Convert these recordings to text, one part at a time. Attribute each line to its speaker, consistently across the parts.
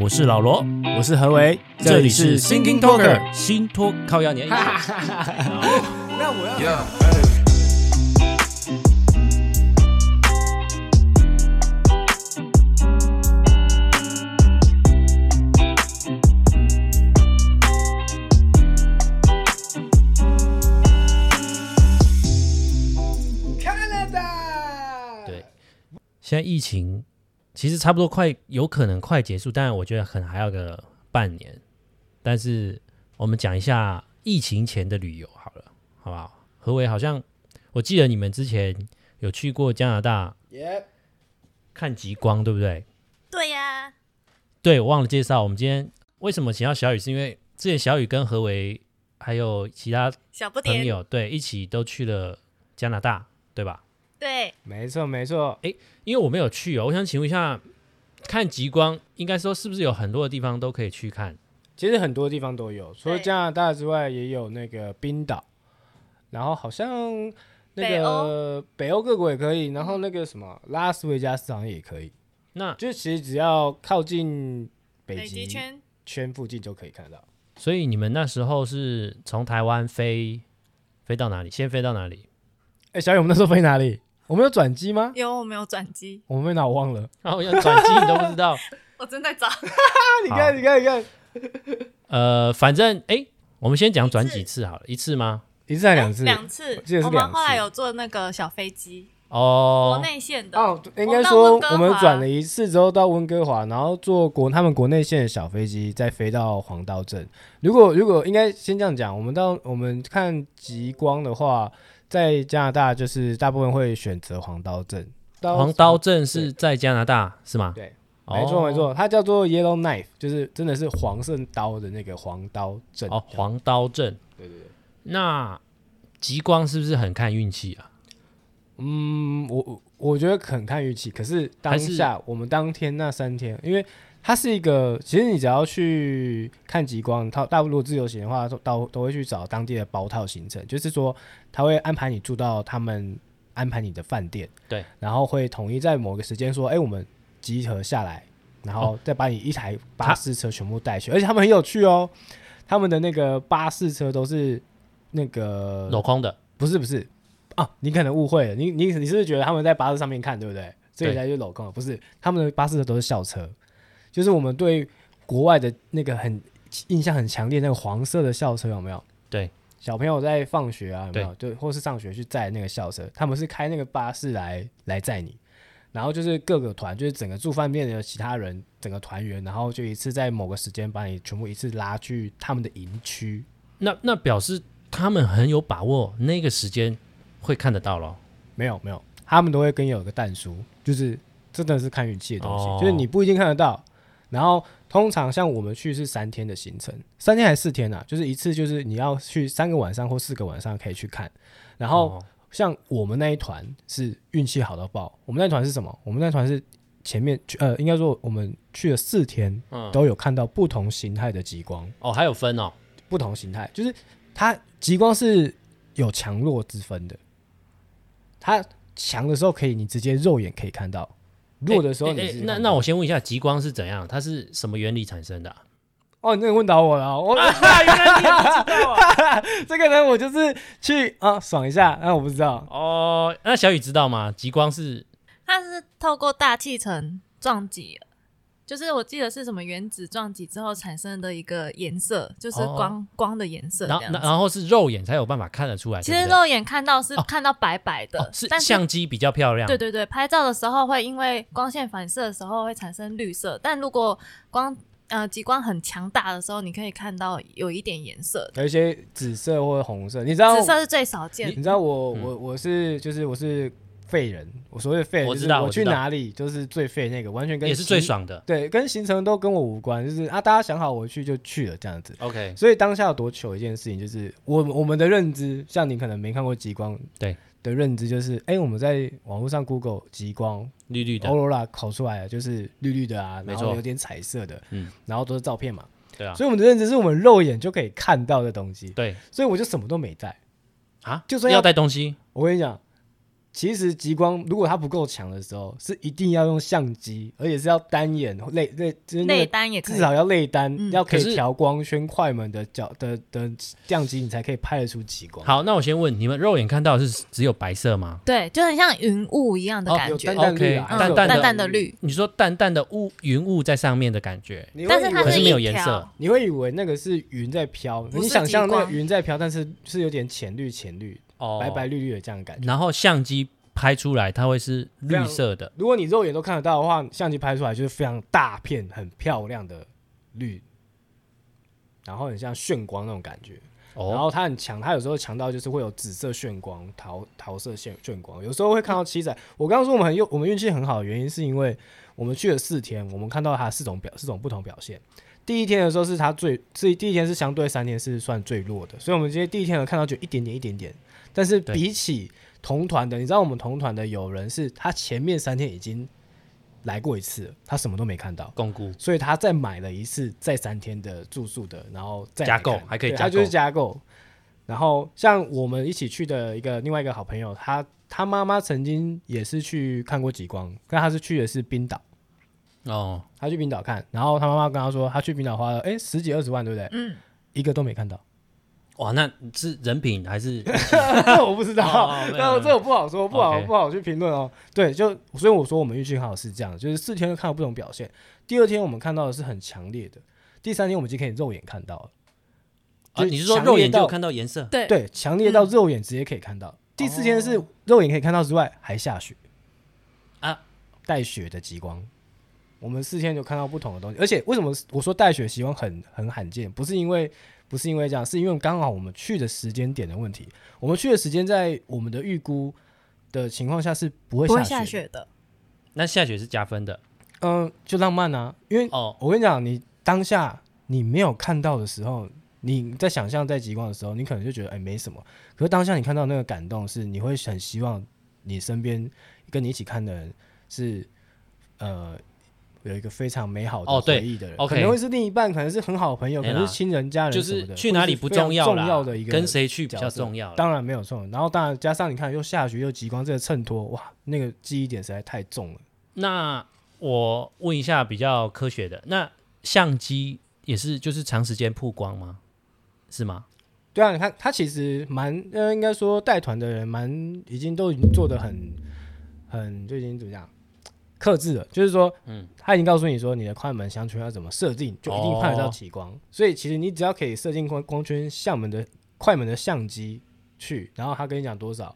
Speaker 1: 我是老罗，
Speaker 2: 我是何为，
Speaker 1: 这里是 Thinking Talker 新托靠压年。
Speaker 2: 那我要
Speaker 3: Yeah.
Speaker 2: Canada。
Speaker 1: 对，现在疫情其实差不多快，有可能快结束，当然我觉得可能还要个半年。但是我们讲一下疫情前的旅游好了，好不好？何为好像我记得你们之前有去过加拿大
Speaker 2: Yep，
Speaker 1: 看极光，对不对？
Speaker 4: 对呀、
Speaker 1: 对，我忘了介绍，我们今天为什么请到小雨，是因为之前小雨跟何为还有其他
Speaker 4: 小不
Speaker 1: 朋
Speaker 4: 点，
Speaker 1: 友对一起都去了加拿大，对吧？
Speaker 4: 对，
Speaker 2: 没错没错。
Speaker 1: 因为我没有去哦，我想请问一下，看极光，应该说是不是有很多的地方都可以去看？
Speaker 2: 其实很多地方都有，除了
Speaker 4: 对
Speaker 2: 加拿大之外，也有那个冰岛，然后好像那
Speaker 4: 北
Speaker 2: 个北欧嗯各国也可以，然后那个什么拉斯维加斯好像也可以，
Speaker 1: 那
Speaker 2: 就其实只要靠近北
Speaker 4: 北
Speaker 2: 极
Speaker 4: 极圈
Speaker 2: 圈附近就可以看到。
Speaker 1: 所以你们那时候是从台湾飞飞到哪里？先飞到哪里？
Speaker 2: 哎、小雨，我们那时候飞哪里？我们有转机吗？
Speaker 4: 有我没有转机，
Speaker 2: 我们飞哪？我忘了。
Speaker 1: 然后要转机你都不知道。
Speaker 4: 我正在找。
Speaker 2: 啊，你看，你看，你看，
Speaker 1: 呃，反正哎，我们先讲转几次好了，一次吗？
Speaker 2: 一次还两次？
Speaker 4: 两次，
Speaker 2: 记得是
Speaker 4: 我
Speaker 2: 两
Speaker 4: 们
Speaker 2: 次
Speaker 4: 后来有坐那个小飞机，国
Speaker 1: 哦，
Speaker 4: 内线的，
Speaker 2: 哦，应该
Speaker 4: 我们到
Speaker 2: 说
Speaker 4: 温哥
Speaker 2: 我们
Speaker 4: 华
Speaker 2: 转了一次之后到温哥华，然后坐国他们国内线的小飞机，再飞到黄刀镇。如果如果应该先这样讲，我们到我们看极光的话，在加拿大就是大部分会选择黄刀镇。刀
Speaker 1: 黄刀镇是在加拿大是吗？
Speaker 2: 对，
Speaker 1: 哦
Speaker 2: 没错没。错，它叫做 Yellow Knife，就是真的是黄色刀的那个黄刀镇。
Speaker 1: 哦，黄刀镇。
Speaker 2: 对对对。
Speaker 1: 那极光是不是很看运气啊？
Speaker 2: 嗯，我我我觉得很看运气，可是当
Speaker 1: 还是
Speaker 2: 下我们当天那三天，因为它是一个，其实你只要去看极光，它大陆如果自由行的话，都到都会去找当地的包套行程，就是说他会安排你住到他们安排你的饭店，
Speaker 1: 对，
Speaker 2: 然后会统一在某个时间说，哎、我们集合下来，然
Speaker 1: 哦
Speaker 2: 后再把你一台巴士车全部带去，而且他们很有趣哦，他们的那个巴士车都是那个
Speaker 1: 镂空的，
Speaker 2: 不是不是啊，你可能误会了，你你你是不是觉得他们在巴士上面看，对不对？所以
Speaker 1: 对
Speaker 2: 才就镂空了，不是他们的巴士都是校车，就是我们对国外的那个很印象很强烈那个黄色的校车有没有？
Speaker 1: 对，
Speaker 2: 小朋友在放学啊有没有？就或是上学去载那个校车，他们是开那个巴士来来载你。然后就是各个团，就是整个住饭店的其他人，整个团员，然后就一次在某个时间把你全部一次拉去他们的营区，
Speaker 1: 那那表示他们很有把握，那个时间会看得到咯。
Speaker 2: 没有没有，他们都会跟有个蛋书，就是真的是看运气的东西，
Speaker 1: 哦
Speaker 2: 就是你不一定看得到。然后通常像我们去是三天的行程，三天还是四天啊？就是一次就是你要去三个晚上或四个晚上可以去看。然后
Speaker 1: 哦
Speaker 2: 像我们那一团是运气好到爆，我们那一团是什么？我们那一团是前面去呃，应该说我们去了四天
Speaker 1: 嗯，
Speaker 2: 都有看到不同形态的极光。
Speaker 1: 哦，还有分哦，
Speaker 2: 不同形态，就是它极光是有强弱之分的。它强的时候可以你直接肉眼可以看到，弱的时候
Speaker 1: 诶
Speaker 2: 你
Speaker 1: 诶
Speaker 2: 是、
Speaker 1: 那那我先问一下，极光是怎样？它是什么原理产生的 啊、
Speaker 2: 哦，你这个问倒我了，我、
Speaker 1: 原来你也不知道、
Speaker 2: 这个呢我就是去啊爽一下，那、我不知道，
Speaker 1: 哦，那小雨知道吗？极光是
Speaker 4: 它是透过大气层撞击了，就是我记得是什么原子撞击之后产生的一个颜色，就是
Speaker 1: 哦
Speaker 4: 光、光的颜色这
Speaker 1: 然后
Speaker 4: 样
Speaker 1: 然
Speaker 4: 子。
Speaker 1: 然后是肉眼才有办法看得出来，
Speaker 4: 其
Speaker 1: 对
Speaker 4: 实
Speaker 1: 不对
Speaker 4: 肉眼看到是
Speaker 1: 哦
Speaker 4: 看到白白的，
Speaker 1: 哦是
Speaker 4: 但是
Speaker 1: 相机比较漂亮，
Speaker 4: 对对对，拍照的时候会因为光线反射的时候会产生绿色，但如果光呃极光很强大的时候，你可以看到有一点颜色的，
Speaker 2: 有一些紫色或者红色，你知道
Speaker 4: 紫色是最少见
Speaker 2: 哦你
Speaker 4: 的。
Speaker 2: 知道我、
Speaker 1: 嗯
Speaker 2: 我我是就是我是废人，我所谓废人
Speaker 1: 我
Speaker 2: 就是
Speaker 1: 知道
Speaker 2: 我
Speaker 1: 我
Speaker 2: 去
Speaker 1: 知道
Speaker 2: 哪里就是最废那个，完全跟
Speaker 1: 也是最
Speaker 2: 行，
Speaker 1: 爽的。
Speaker 2: 对，跟行程都跟我无关，就是啊大家想好我去就去了这样子。
Speaker 1: OK，
Speaker 2: 所以当下有多糗一件事情，就是我我们的认知，像你可能没看过极光，
Speaker 1: 对
Speaker 2: 的认知就是，哎、我们在网络上 Google 极光
Speaker 1: 绿绿的
Speaker 2: 欧，罗拉烤出来的就是绿绿的啊，
Speaker 1: 没
Speaker 2: 然
Speaker 1: 错
Speaker 2: 后有点彩色的，
Speaker 1: 嗯，
Speaker 2: 然后都是照片嘛，
Speaker 1: 对啊，
Speaker 2: 所以我们的认知是我们肉眼就可以看到的东西，
Speaker 1: 对
Speaker 2: 所以我就什么都没带。
Speaker 1: 啊，
Speaker 2: 就算要
Speaker 1: 要带东西，
Speaker 2: 我跟你讲，其实极光如果它不够强的时候，是一定要用相机，而且是要单眼类类，就是那
Speaker 4: 内
Speaker 2: 个
Speaker 4: 单也可
Speaker 2: 至
Speaker 4: 以。
Speaker 2: 少要内单，
Speaker 4: 嗯
Speaker 2: 要可
Speaker 1: 可
Speaker 2: 以
Speaker 1: 是
Speaker 2: 调光圈、快门的角的的相机，你才可以拍得出极光。
Speaker 1: 好，那我先问你们，肉眼看到的是只有白色吗？
Speaker 4: 对，就很像云雾一样的
Speaker 1: 哦
Speaker 4: 感
Speaker 2: 有
Speaker 4: 觉，
Speaker 2: 淡淡绿啊，
Speaker 1: OK，
Speaker 4: 嗯
Speaker 2: 还是有
Speaker 1: 淡
Speaker 4: 淡
Speaker 1: 淡
Speaker 4: 淡的，绿，
Speaker 1: 你说淡淡的雾云雾在上面的感觉，
Speaker 2: 你会
Speaker 4: 但是它
Speaker 2: 以为
Speaker 1: 可
Speaker 4: 是
Speaker 1: 是没有
Speaker 4: 一
Speaker 1: 颜色
Speaker 4: 条。
Speaker 2: 你会以为那个是云在飘，
Speaker 4: 不是
Speaker 2: 你想象那
Speaker 4: 极
Speaker 2: 个
Speaker 4: 光
Speaker 2: 云在飘，但是是有点浅绿、浅绿、
Speaker 1: 哦
Speaker 2: 白白绿绿的这样的感觉。
Speaker 1: 然后相机拍出来，它会是绿色的。
Speaker 2: 如果你肉眼都看得到的话，相机拍出来就是非常大片、很漂亮的绿，然后很像炫光那种感觉。然
Speaker 1: 哦，
Speaker 2: 后它很强，它有时候强到就是会有紫色炫光、桃桃色炫炫光，有时候会看到七仔。我刚刚说我们很运，我们运气很好的原因是因为我们去了四天，我们看到它四种表四种不同表现。第一天的时候是它最，是第一天是相对三天是算最弱的，所以我们今天第一天有看到就一点点一点点，但是
Speaker 1: 对
Speaker 2: 比起同团的，你知道我们同团的有人是他前面三天已经来过一次了，他什么都没看到，
Speaker 1: 巩固
Speaker 2: 所以他再买了一次再三天的住宿的，然后再来
Speaker 1: 加购
Speaker 2: 看
Speaker 1: 还可以
Speaker 2: 对
Speaker 1: 加购
Speaker 2: 他就是加购。然后像我们一起去的一个另外一个好朋友，他他妈妈曾经也是去看过极光，但他是去的是冰岛，
Speaker 1: 哦，
Speaker 2: 他去冰岛看，然后他妈妈跟他说，他去冰岛花了哎十几二十万，对不对？
Speaker 4: 嗯，
Speaker 2: 一个都没看到，
Speaker 1: 哇，那是人品还是
Speaker 2: 这我不知道
Speaker 1: 哦没有，
Speaker 2: 那
Speaker 1: 没
Speaker 2: 我
Speaker 1: 有
Speaker 2: 这我不好说，不好
Speaker 1: OK
Speaker 2: 不好去评论哦。对，就所以我说我们运气很好是这样，就是四天都看到不同表现，第二天我们看到的是很强烈的，第三天我们已经可以肉眼看到了。
Speaker 1: 啊？
Speaker 2: 就
Speaker 1: 你是说
Speaker 2: 强烈
Speaker 1: 肉眼就
Speaker 2: 到
Speaker 1: 看到颜色？
Speaker 4: 对，
Speaker 2: 对，强烈
Speaker 4: 嗯
Speaker 2: 到肉眼直接可以看到。第四天
Speaker 4: 哦
Speaker 2: 是肉眼可以看到之外，还下雪
Speaker 1: 啊，
Speaker 2: 带雪的极光。我们四天就看到不同的东西，而且为什么我说带雪极光很很罕见？不是因为不是因为这样，是因为刚好我们去的时间点的问题。我们去的时间在我们的预估的情况下是不会
Speaker 4: 不会
Speaker 2: 雪
Speaker 4: 下
Speaker 2: 的。
Speaker 4: 雪的，
Speaker 1: 那下雪是加分的
Speaker 2: 嗯，就浪漫啊，因为
Speaker 1: 哦。
Speaker 2: 我跟你讲，你当下你没有看到的时候，你在想象在极光的时候，你可能就觉得哎、没什么。可是当下你看到那个感动是，你会很希望你身边跟你一起看的人是呃有一个非常美好的
Speaker 1: 哦对
Speaker 2: 回忆的人，
Speaker 1: OK
Speaker 2: 可能会是另一半，可能是很好的朋友，可
Speaker 1: 对啦
Speaker 2: 能是亲人、家人
Speaker 1: 就
Speaker 2: 什么
Speaker 1: 是
Speaker 2: 的，
Speaker 1: 去哪里不
Speaker 2: 会是非常
Speaker 1: 重
Speaker 2: 重
Speaker 1: 要啦，
Speaker 2: 的一个
Speaker 1: 跟谁去比较
Speaker 2: 角色
Speaker 1: 重要啦。
Speaker 2: 当然没有错，然后当然加上你看又下雪又极光这个衬托，哇，那个记忆点实在太重了。
Speaker 1: 那我问一下比较科学的，那相机也是就是长时间曝光吗？是吗？
Speaker 2: 对啊，你看他其实蛮呃，应该说带团的人蛮已经都已经做的很很就已经怎么讲克制了，就是说，嗯，他已经告诉你说你的快门相圈要怎么设定，就一定看得到
Speaker 1: 哦
Speaker 2: 极光。所以其实你只要可以设定光光圈相门的快门的相机去，然后他跟你讲多少。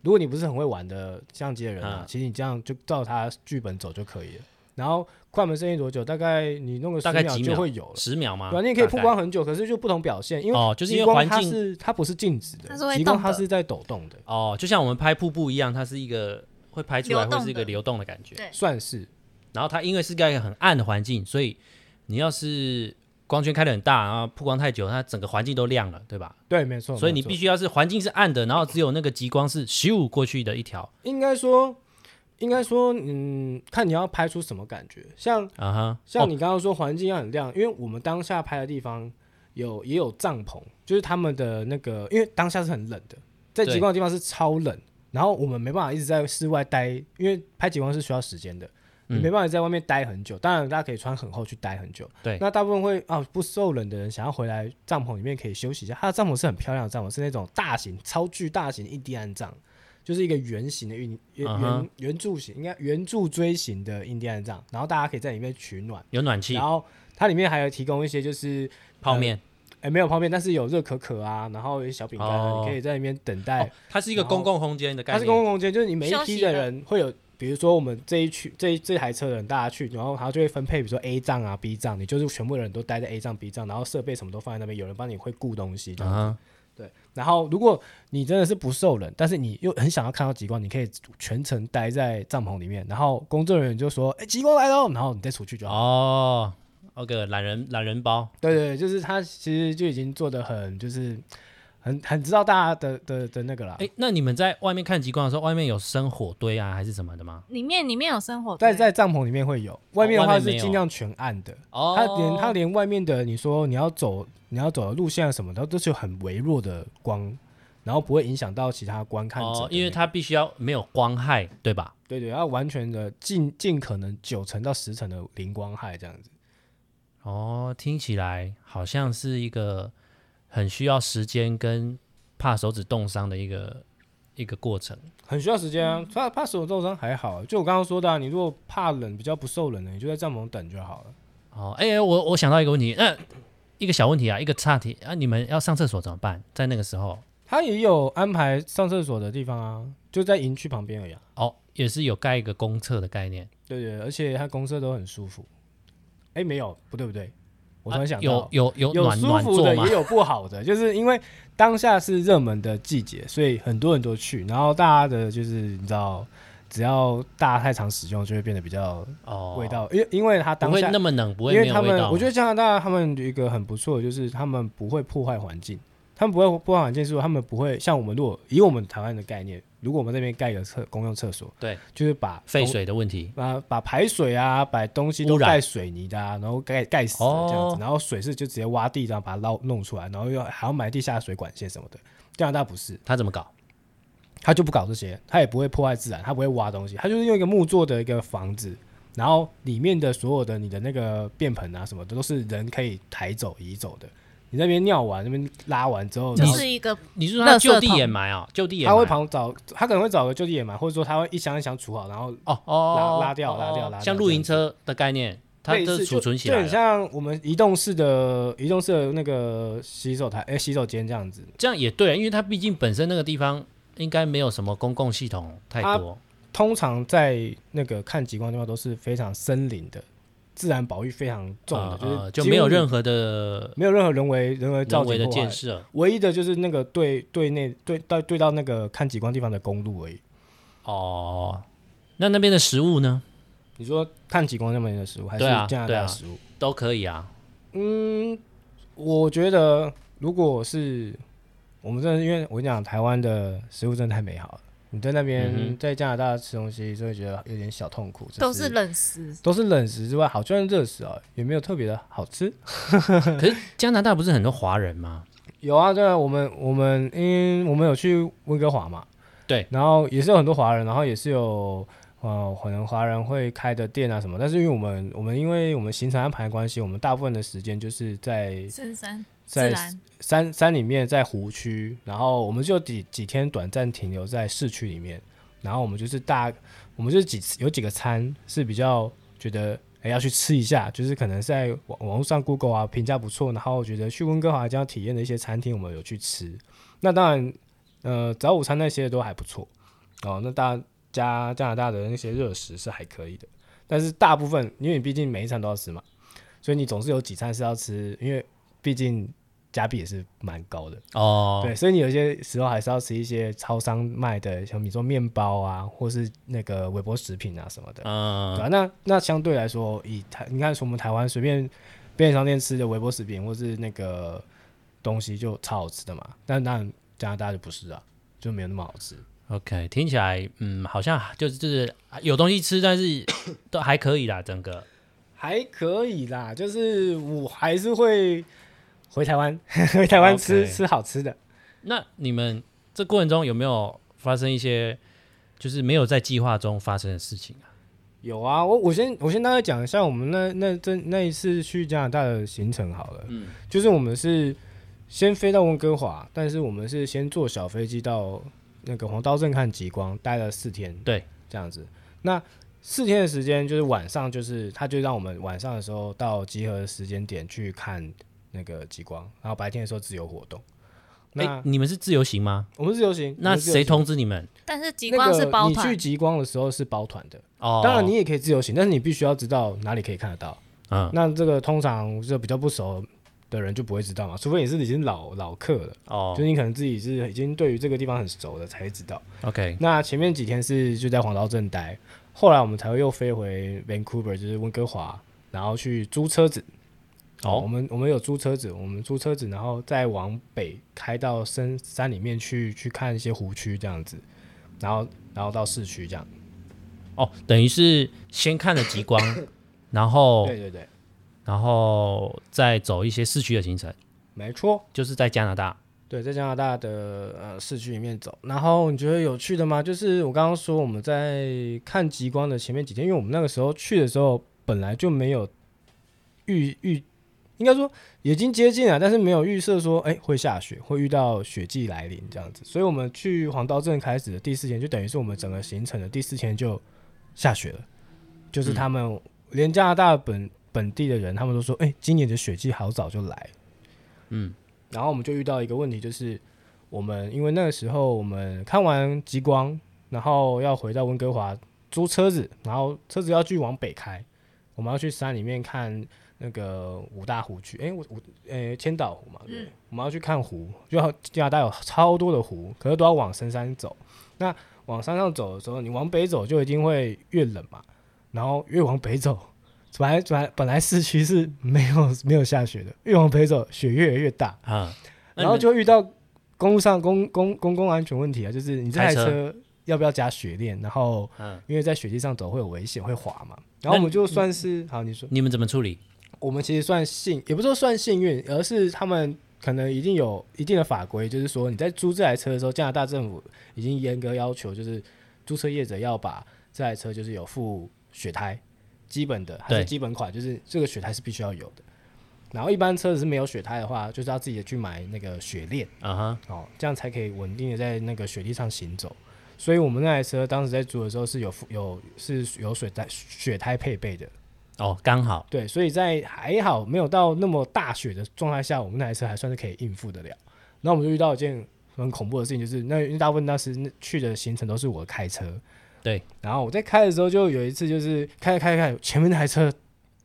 Speaker 2: 如果你不是很会玩的相机的人啊，
Speaker 1: 嗯
Speaker 2: 其实你这样就照他剧本走就可以了。然后快门设定多久，大概你弄个
Speaker 1: 大
Speaker 2: 十
Speaker 1: 概
Speaker 2: 秒
Speaker 1: 几
Speaker 2: 就
Speaker 1: 秒
Speaker 2: 会有了。
Speaker 1: 十秒吗？
Speaker 2: 对、啊，你也可以
Speaker 1: 大概
Speaker 2: 曝光很久，可是就不同表现，因为
Speaker 1: 哦，就是因
Speaker 2: 极
Speaker 1: 为
Speaker 2: 光
Speaker 1: 环
Speaker 2: 它
Speaker 1: 境
Speaker 2: 是它不是静止的，
Speaker 4: 它是会
Speaker 2: 极光
Speaker 4: 动
Speaker 2: 它
Speaker 4: 的
Speaker 2: 是在抖动的，
Speaker 1: 哦，就像我们拍瀑布一样，它是一个会拍出来
Speaker 4: 流
Speaker 1: 会
Speaker 4: 动
Speaker 1: 是一个
Speaker 4: 的
Speaker 1: 流动的感觉。
Speaker 4: 对
Speaker 2: 算是
Speaker 1: 然后它因为是在一个很暗的环境，所以你要是光圈开的很大，然后曝光太久，它整个环境都亮了，对吧？
Speaker 2: 对，没错。
Speaker 1: 所以
Speaker 2: 没
Speaker 1: 你
Speaker 2: 错
Speaker 1: 必须要是环境是暗的，然后只有那个极光是咻过去的一条
Speaker 2: 应该说，应该说，嗯，看你要拍出什么感觉。像
Speaker 1: 啊哈。
Speaker 2: 像
Speaker 1: 哦
Speaker 2: 你刚刚说环境要很亮，因为我们当下拍的地方有也有帐篷，就是他们的那个，因为当下是很冷的，在
Speaker 1: 对
Speaker 2: 极光的地方是超冷，然后我们没办法一直在室外待，因为拍极光是需要时间的。你
Speaker 1: 嗯
Speaker 2: 没办法在外面待很久，当然大家可以穿很厚去待很久。
Speaker 1: 对
Speaker 2: 那大部分会啊不受冷的人想要回来帐篷里面可以休息一下。它的帐篷是很漂亮的帐篷，是那种大型、超巨大型印第安帐，就是一个圆形的印圆
Speaker 1: 嗯
Speaker 2: 圆
Speaker 1: 哼
Speaker 2: 圆柱形，应该圆柱锥形的印第安帐。然后大家可以在里面取暖，
Speaker 1: 有暖气
Speaker 2: 然、后它里面还有提供一些就是
Speaker 1: 泡面，
Speaker 2: 哎、没有泡面，但是有热可可啊，然后有小饼干、啊，
Speaker 1: 哦
Speaker 2: 你可以在里面等待。
Speaker 1: 哦它是一个
Speaker 2: 哎然后
Speaker 1: 公共空间的概
Speaker 2: 它
Speaker 1: 念。
Speaker 2: 是公共空间，就是你每一
Speaker 4: 休
Speaker 2: 批
Speaker 4: 息
Speaker 2: 的
Speaker 4: 的
Speaker 2: 人会有，比如说我们这一区这一这台车的人大家去，然后他就会分配，比如说 A 帐啊、B 帐，你就是全部人都待在 A 帐、B 帐，然后设备什么都放在那边，有人帮你会顾东西这样。
Speaker 1: 啊
Speaker 2: 对，然后如果你真的是不受冷，但是你又很想要看到极光，你可以全程待在帐篷里面，然后工作人员就说：“哎、极光来喽！”然后你再出去就
Speaker 1: 哈
Speaker 2: 好。
Speaker 1: 哦，OK，懒人懒人包，
Speaker 2: 对对对，就是他其实就已经做的很就是很很知道大家的的的那个啦。
Speaker 1: 哎，那你们在外面看极光的时候，外面有生火堆啊，还是什么的吗？
Speaker 4: 里面里面有生活，
Speaker 2: 但在帐篷里面会有，外面的
Speaker 1: 哦外
Speaker 2: 话
Speaker 1: 面没
Speaker 2: 是
Speaker 1: 有
Speaker 2: 尽量全暗的。
Speaker 1: 哦，
Speaker 2: 它连它连外面的你说你要走你要走的路线啊什么的，都是有很微弱的光然后不会影响到其他观看者的那
Speaker 1: 哦
Speaker 2: 个、，
Speaker 1: 因为它必须要没有光害，对吧？
Speaker 2: 对对，要完全的尽尽可能九成到十成的零光害这样子。
Speaker 1: 哦，听起来好像是一个很需要时间跟怕手指冻伤的一个一个过程。
Speaker 2: 很需要时间
Speaker 1: 嗯
Speaker 2: 啊，怕怕手受伤还好，就我刚刚说的、啊，你如果怕冷比较不受冷的，你就在帐篷等就好了。
Speaker 1: 哦，哎、我我想到一个问题，嗯、一个小问题啊，一个岔题啊，你们要上厕所怎么办？在那个时候，
Speaker 2: 他也有安排上厕所的地方啊，就在营区旁边而已、啊。
Speaker 1: 哦，也是有盖一个公厕的概念。
Speaker 2: 对对，而且他公厕都很舒服。哎，没有，不对不对，我突然
Speaker 1: 啊
Speaker 2: 想到、
Speaker 1: 有有有暖
Speaker 2: 舒
Speaker 1: 暖
Speaker 2: 服
Speaker 1: 座
Speaker 2: 的
Speaker 1: 吗
Speaker 2: 也？有不好的，就是因为当下是热门的季节，所以很多人都去，然后大家的就是你知道，只要大家太常使用，就会变得比较
Speaker 1: 哦，
Speaker 2: 味道，因为因为它
Speaker 1: 不
Speaker 2: 当
Speaker 1: 会
Speaker 2: 下
Speaker 1: 那么冷，不会
Speaker 2: 因
Speaker 1: 没
Speaker 2: 为
Speaker 1: 有
Speaker 2: 他
Speaker 1: 味
Speaker 2: 们
Speaker 1: 道，吗。
Speaker 2: 我觉得加拿大他们有一个很不错的就是他们不会破坏环境，他们不会破坏环境，是说他们不会像我们，如果以我们台湾的概念，如果我们这边盖一个厕公用厕所，
Speaker 1: 对，
Speaker 2: 就是把
Speaker 1: 废
Speaker 2: 公
Speaker 1: 水的问题。
Speaker 2: 把把排水啊，把东西都
Speaker 1: 污染
Speaker 2: 盖水泥的、啊，然后盖盖死了这样子，
Speaker 1: 哦
Speaker 2: 然后水是就直接挖地这样把它捞弄出来，然后又还要埋地下水管线什么的。加拿大不是，
Speaker 1: 他怎么搞？
Speaker 2: 他就不搞这些，他也不会破坏自然，他不会挖东西，他就是用一个木做的一个房子，然后里面的所有的你的那个便盆啊什么的都是人可以抬走移走的。你那边尿完，那边拉完之后，
Speaker 4: 就
Speaker 2: 然后
Speaker 4: 是一个
Speaker 1: 你是说他
Speaker 4: 垃圾
Speaker 1: 就地
Speaker 4: 桶
Speaker 1: 掩埋啊？就地掩埋。
Speaker 2: 他会旁找，他可能会找个就地掩埋，或者说他会一箱一箱储好，然后
Speaker 1: 哦哦，
Speaker 2: 拉拉掉
Speaker 1: 哦
Speaker 2: 拉掉拉掉
Speaker 1: 像露营车的概念，它
Speaker 2: 类
Speaker 1: 都
Speaker 2: 似
Speaker 1: 储存起
Speaker 2: 就，就
Speaker 1: 来
Speaker 2: 很
Speaker 1: 了，
Speaker 2: 像我们移动式的移动式的那个洗手台，哎、洗手间这样子。
Speaker 1: 这样也对，啊因为它毕竟本身那个地方应该没有什么公共系统太多，
Speaker 2: 通常在那个看极光的地方都是非常森林的，自然保育非常重的，
Speaker 1: 呃
Speaker 2: 就是
Speaker 1: 呃
Speaker 2: 几
Speaker 1: 就
Speaker 2: 乎
Speaker 1: 没有任何的
Speaker 2: 没有任何人为人为造
Speaker 1: 人
Speaker 2: 成
Speaker 1: 为的
Speaker 2: 破坏
Speaker 1: 建。设。
Speaker 2: 唯一的就是那个对对内对到对到那个看极光地方的公路而已。
Speaker 1: 哦，那那边的食物呢，
Speaker 2: 你说看极光那边的食物还是
Speaker 1: 对啊
Speaker 2: 加拿
Speaker 1: 对
Speaker 2: 大
Speaker 1: 啊
Speaker 2: 的食物？
Speaker 1: 都可以 啊。
Speaker 2: 嗯，我觉得如果是我们真的，因为我跟你讲，台湾的食物真的太美好了。你在那边、
Speaker 1: 嗯哼
Speaker 2: 在加拿大吃东西，就会觉得有点小痛苦。
Speaker 4: 都
Speaker 2: 是
Speaker 4: 是冷食，
Speaker 2: 都是冷食之外，好，就算热食啊，也没有特别的好吃。
Speaker 1: 可是加拿大不是很多华人吗？
Speaker 2: 有啊，对啊，我们我们因我们有去温哥华嘛，
Speaker 1: 对，
Speaker 2: 然后也是有很多华人，然后也是有呃可能华人会开的店啊什么，但是因为我们我们因为我们行程安排的关系，我们大部分的时间就是在
Speaker 4: 深山自
Speaker 2: 在
Speaker 4: 然。
Speaker 2: 山山里面，在湖区，然后我们就几几天短暂停留在市区里面，然后我们就是大，我们就是几有几个餐是比较觉得哎要去吃一下，就是可能在网网络上 Google 啊评价不错，然后我觉得去温哥华这样体验的一些餐厅，我们有去吃。那当然，呃，早午餐那些都还不错哦。那大加加拿大的那些热食是还可以的，但是大部分因为你毕竟每一餐都要吃嘛，所以你总是有几餐是要吃，因为毕竟加币也是蛮高的，
Speaker 1: 哦，
Speaker 2: 对，所以你有些时候还是要吃一些超商卖的，像比如说面包啊，或是那个微波食品啊什么的，
Speaker 1: 嗯、
Speaker 2: 对啊，那那相对来说，以台你看，从我们台湾随便便利商店吃的微波食品或是那个东西就超好吃的嘛，但那加拿大就不是啊，就没有那么好吃。
Speaker 1: o k 听起来嗯，好像就是就是有东西吃，但是 都还可以啦，整个。
Speaker 2: 还可以啦，就是我还是会回台湾， 回台湾吃
Speaker 1: 哦 OK
Speaker 2: 吃好吃的。
Speaker 1: 那你们这过程中有没有发生一些就是没有在计划中发生的事情啊？
Speaker 2: 有啊，我我先我先大概讲一下我们那那这那一次去加拿大的行程好了，
Speaker 1: 嗯，
Speaker 2: 就是我们是先飞到温哥华，但是我们是先坐小飞机到那个黄刀镇看极光，待了四天，
Speaker 1: 对，
Speaker 2: 这样子。那四天的时间就是晚上，就是他就让我们晚上的时候到集合的时间点去看那个极光，然后白天的时候自由活动。
Speaker 1: 哎、
Speaker 2: 那
Speaker 1: 你们是自由行吗？
Speaker 2: 我们自由行，我
Speaker 1: 那
Speaker 2: 们自由
Speaker 1: 谁
Speaker 2: 行
Speaker 1: 通知你们？
Speaker 4: 但是极
Speaker 2: 那
Speaker 4: 光
Speaker 2: 个
Speaker 4: 是包
Speaker 2: 你去
Speaker 4: 团，
Speaker 2: 极光的时候是包团的，
Speaker 1: 哦，
Speaker 2: 当然你也可以自由行，但是你必须要知道哪里可以看得到。
Speaker 1: 嗯
Speaker 2: 那这个通常就比较不熟的人就不会知道嘛，除非你是已经老老客了，
Speaker 1: 哦
Speaker 2: 就你可能自己是已经对于这个地方很熟的才会知道。
Speaker 1: ，OK，
Speaker 2: 那前面几天是就在黄刀镇待，后来我们才会又飞回 Vancouver，就是温哥华，然后去租车子。我
Speaker 1: 哦，
Speaker 2: 们我们有租车子，我们租车子，然后再往北开到深山里面去去看一些湖区这样子，然后然后到市区这样。
Speaker 1: 哦，等于是先看了极光， 然后
Speaker 2: 对对对，
Speaker 1: 然后再走一些市区的行程，
Speaker 2: 没错。
Speaker 1: 就是在加拿大。
Speaker 2: 对，在加拿大的呃市区里面走。然后你觉得有趣的吗？就是我刚刚说我们在看极光的前面几天，因为我们那个时候去的时候本来就没有预预，应该说已经接近了，但是没有预设说哎、会下雪，会遇到雪季来临这样子。所以我们去黄刀镇开始的第四天，就等于是我们整个行程的第四天就下雪了，就是他们、连加拿大本本地的人，他们都说哎、今年的雪季好早就来了。
Speaker 1: 嗯，
Speaker 2: 然后我们就遇到一个问题，就是我们因为那个时候我们看完极光，然后要回到温哥华租车子，然后车子要继续往北开，我们要去山里面看那个五大湖区，诶，五五诶千岛湖嘛，对不对，我们要去看湖，就要加拿大有超多的湖，可是都要往深山走。那往山上走的时候，你往北走就一定会越冷嘛，然后越往北走。本来本来本来市区是没有没有下雪的，越往北走雪越来越大，
Speaker 1: 啊，那你
Speaker 2: 然后
Speaker 1: 们
Speaker 2: 就会遇到公路上公公公共安全问题啊，就是你这台
Speaker 1: 开车
Speaker 2: 车要不要加雪链，然后
Speaker 1: 嗯
Speaker 2: 因为在雪地上走会有危险，会滑嘛。然后我们就算
Speaker 1: 嗯
Speaker 2: 是好，你说
Speaker 1: 你们怎么处理？
Speaker 2: 我们其实算幸，也不是说算幸运，而是他们可能一定有一定的法规，就是说你在租这台车的时候，加拿大政府已经严格要求，就是租车业者要把这台车就是有附雪胎，基本的还是
Speaker 1: 对
Speaker 2: 基本款，就是这个雪胎是必须要有的。然后一般车子是没有雪胎的话，就是要自己去买那个雪链。
Speaker 1: 啊哈，
Speaker 2: 哦，这样才可以稳定的在那个雪地上行走。所以我们那台车当时在租的时候是有附有是有水胎雪胎配备的，
Speaker 1: 哦，刚好，
Speaker 2: 对，所以在还好没有到那么大雪的状态下，我们那台车还算是可以应付得了。然后我们就遇到一件很恐怖的事情，就是那因为大部分当时那去的行程都是我开车，
Speaker 1: 对，
Speaker 2: 然后我在开的时候就有一次就是开开开，前面那台车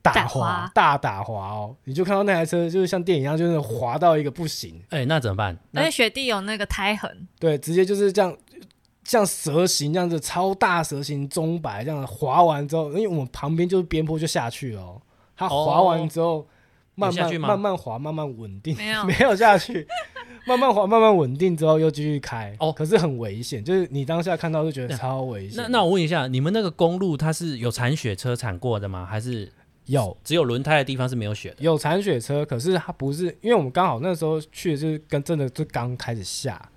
Speaker 2: 打
Speaker 4: 打
Speaker 2: 滑
Speaker 4: 滑
Speaker 2: 大打滑哦，你就看到那台车就是像电影一样，就是滑到一个不行，
Speaker 1: 哎，那怎么办？
Speaker 4: 而
Speaker 1: 那
Speaker 4: 且雪地有那个胎痕，
Speaker 2: 对，直接就是这样，像蛇形这样子，超大蛇形钟摆这样滑完之后，因为我们旁边就是边坡就下去了哦、它滑完之后，慢
Speaker 1: 有下去
Speaker 2: 慢
Speaker 1: 吗
Speaker 2: 慢慢滑，慢慢稳定，
Speaker 4: 没有
Speaker 2: 没有下去，慢慢滑，慢慢稳定之后又继续开。
Speaker 1: 哦
Speaker 2: 可是很危险，就是你当下看到就觉得超危险。
Speaker 1: 那那我问一下，你们那个公路它是有铲雪车铲过的吗？还是
Speaker 2: 有
Speaker 1: 只有轮胎的地方是没有雪的？
Speaker 2: 有铲雪车，可是它不是，因为我们刚好那时候去的就是跟真的就刚开始下，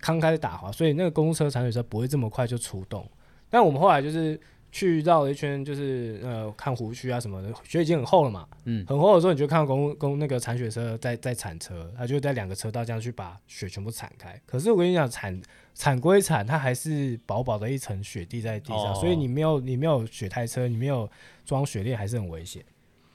Speaker 2: 刚开始打滑，所以那个公路车铲雪车不会这么快就出动。但我们后来就是去绕了一圈，就是呃看湖区啊什么的，雪已经很厚了嘛，
Speaker 1: 嗯
Speaker 2: 很厚的时候你就看到公路公那个铲雪车在在铲车，它就在嗯两个车道这样去把雪全部铲开。可是我跟你讲，铲铲归铲，它还是薄薄的一层雪地在地上，
Speaker 1: 哦
Speaker 2: 所以你没有你没有雪胎车，你没有装雪链还是很危险。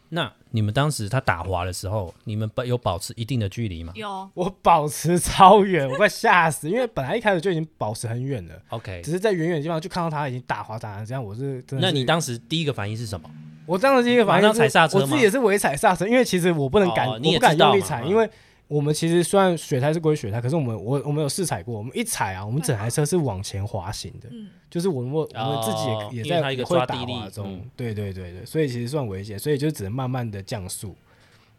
Speaker 1: 那你们当时它打滑的时候，你们保有保持一定的距离吗
Speaker 4: 有
Speaker 2: 我保持超远，我快吓死，因为本来一开始就已经保持很远了，
Speaker 1: ？OK，
Speaker 2: 只是在远远的地方就看到他已经打滑打成这样，我是真的
Speaker 1: 那
Speaker 2: 是。
Speaker 1: 你当时第一个反应是什么？
Speaker 2: 我当时第一个反应
Speaker 1: 马上踩刹车
Speaker 2: 我
Speaker 1: 吗
Speaker 2: 自己也是微踩刹车，因为其实我不能敢，
Speaker 1: 哦
Speaker 2: 我
Speaker 1: 你也
Speaker 2: 不敢
Speaker 1: 知道
Speaker 2: 用力
Speaker 1: 嘛
Speaker 2: 踩，
Speaker 1: 嗯
Speaker 2: 因为我们其实虽然雪胎是归雪胎，可是我们我我们有试踩过，我们一踩啊，我们整台车是往前滑行的，
Speaker 4: 嗯
Speaker 2: 就是我们我我们自己也、
Speaker 1: 哦
Speaker 2: 也
Speaker 1: 因为它
Speaker 2: 在
Speaker 1: 一个
Speaker 2: 也会
Speaker 1: 抓
Speaker 2: 打
Speaker 1: 地力
Speaker 2: 滑中，
Speaker 1: 嗯
Speaker 2: 对对对对，所以其实算危险，所以就只能慢慢的降速，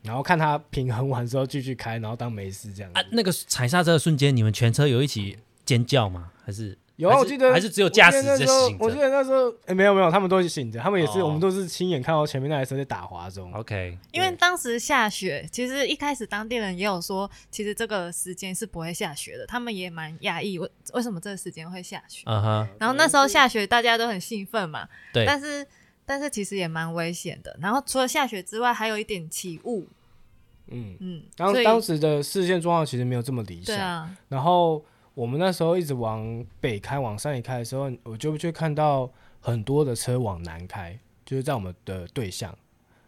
Speaker 2: 然后看它平衡完之后继续开，然后当没事这样子。
Speaker 1: 啊，那个踩刹车的瞬间，你们全车有一起尖叫吗？还是
Speaker 2: 有啊，
Speaker 1: 还
Speaker 2: 我
Speaker 1: 是
Speaker 2: 记得
Speaker 1: 还是只有驾驶
Speaker 2: 我记得那
Speaker 1: 在
Speaker 2: 时候
Speaker 1: 醒着
Speaker 2: 我记得那时候，哎、没有没有，他们都是醒着，他们也是，
Speaker 1: 哦
Speaker 2: 我们都是亲眼看到前面那台车在打滑中。
Speaker 1: OK？
Speaker 4: 因为当时下雪，其实一开始当地人也有说，其实这个时间是不会下雪的，他们也蛮讶异，为为什么这个时间会下
Speaker 2: 哦
Speaker 4: 雪？
Speaker 1: 啊哈，
Speaker 4: 然后那时候下雪，大家都很兴奋嘛，
Speaker 1: 对，
Speaker 4: 但是但是其实也蛮危险的。然后除了下雪之外，还有一点起雾，
Speaker 2: 嗯，
Speaker 4: 嗯，
Speaker 2: 当
Speaker 4: 所以
Speaker 2: 当时的视线状况其实没有这么理
Speaker 4: 对
Speaker 2: 想。
Speaker 4: 啊，
Speaker 2: 然后我们那时候一直往北开，往山里开的时候，我就就看到很多的车往南开，就是在我们的对象。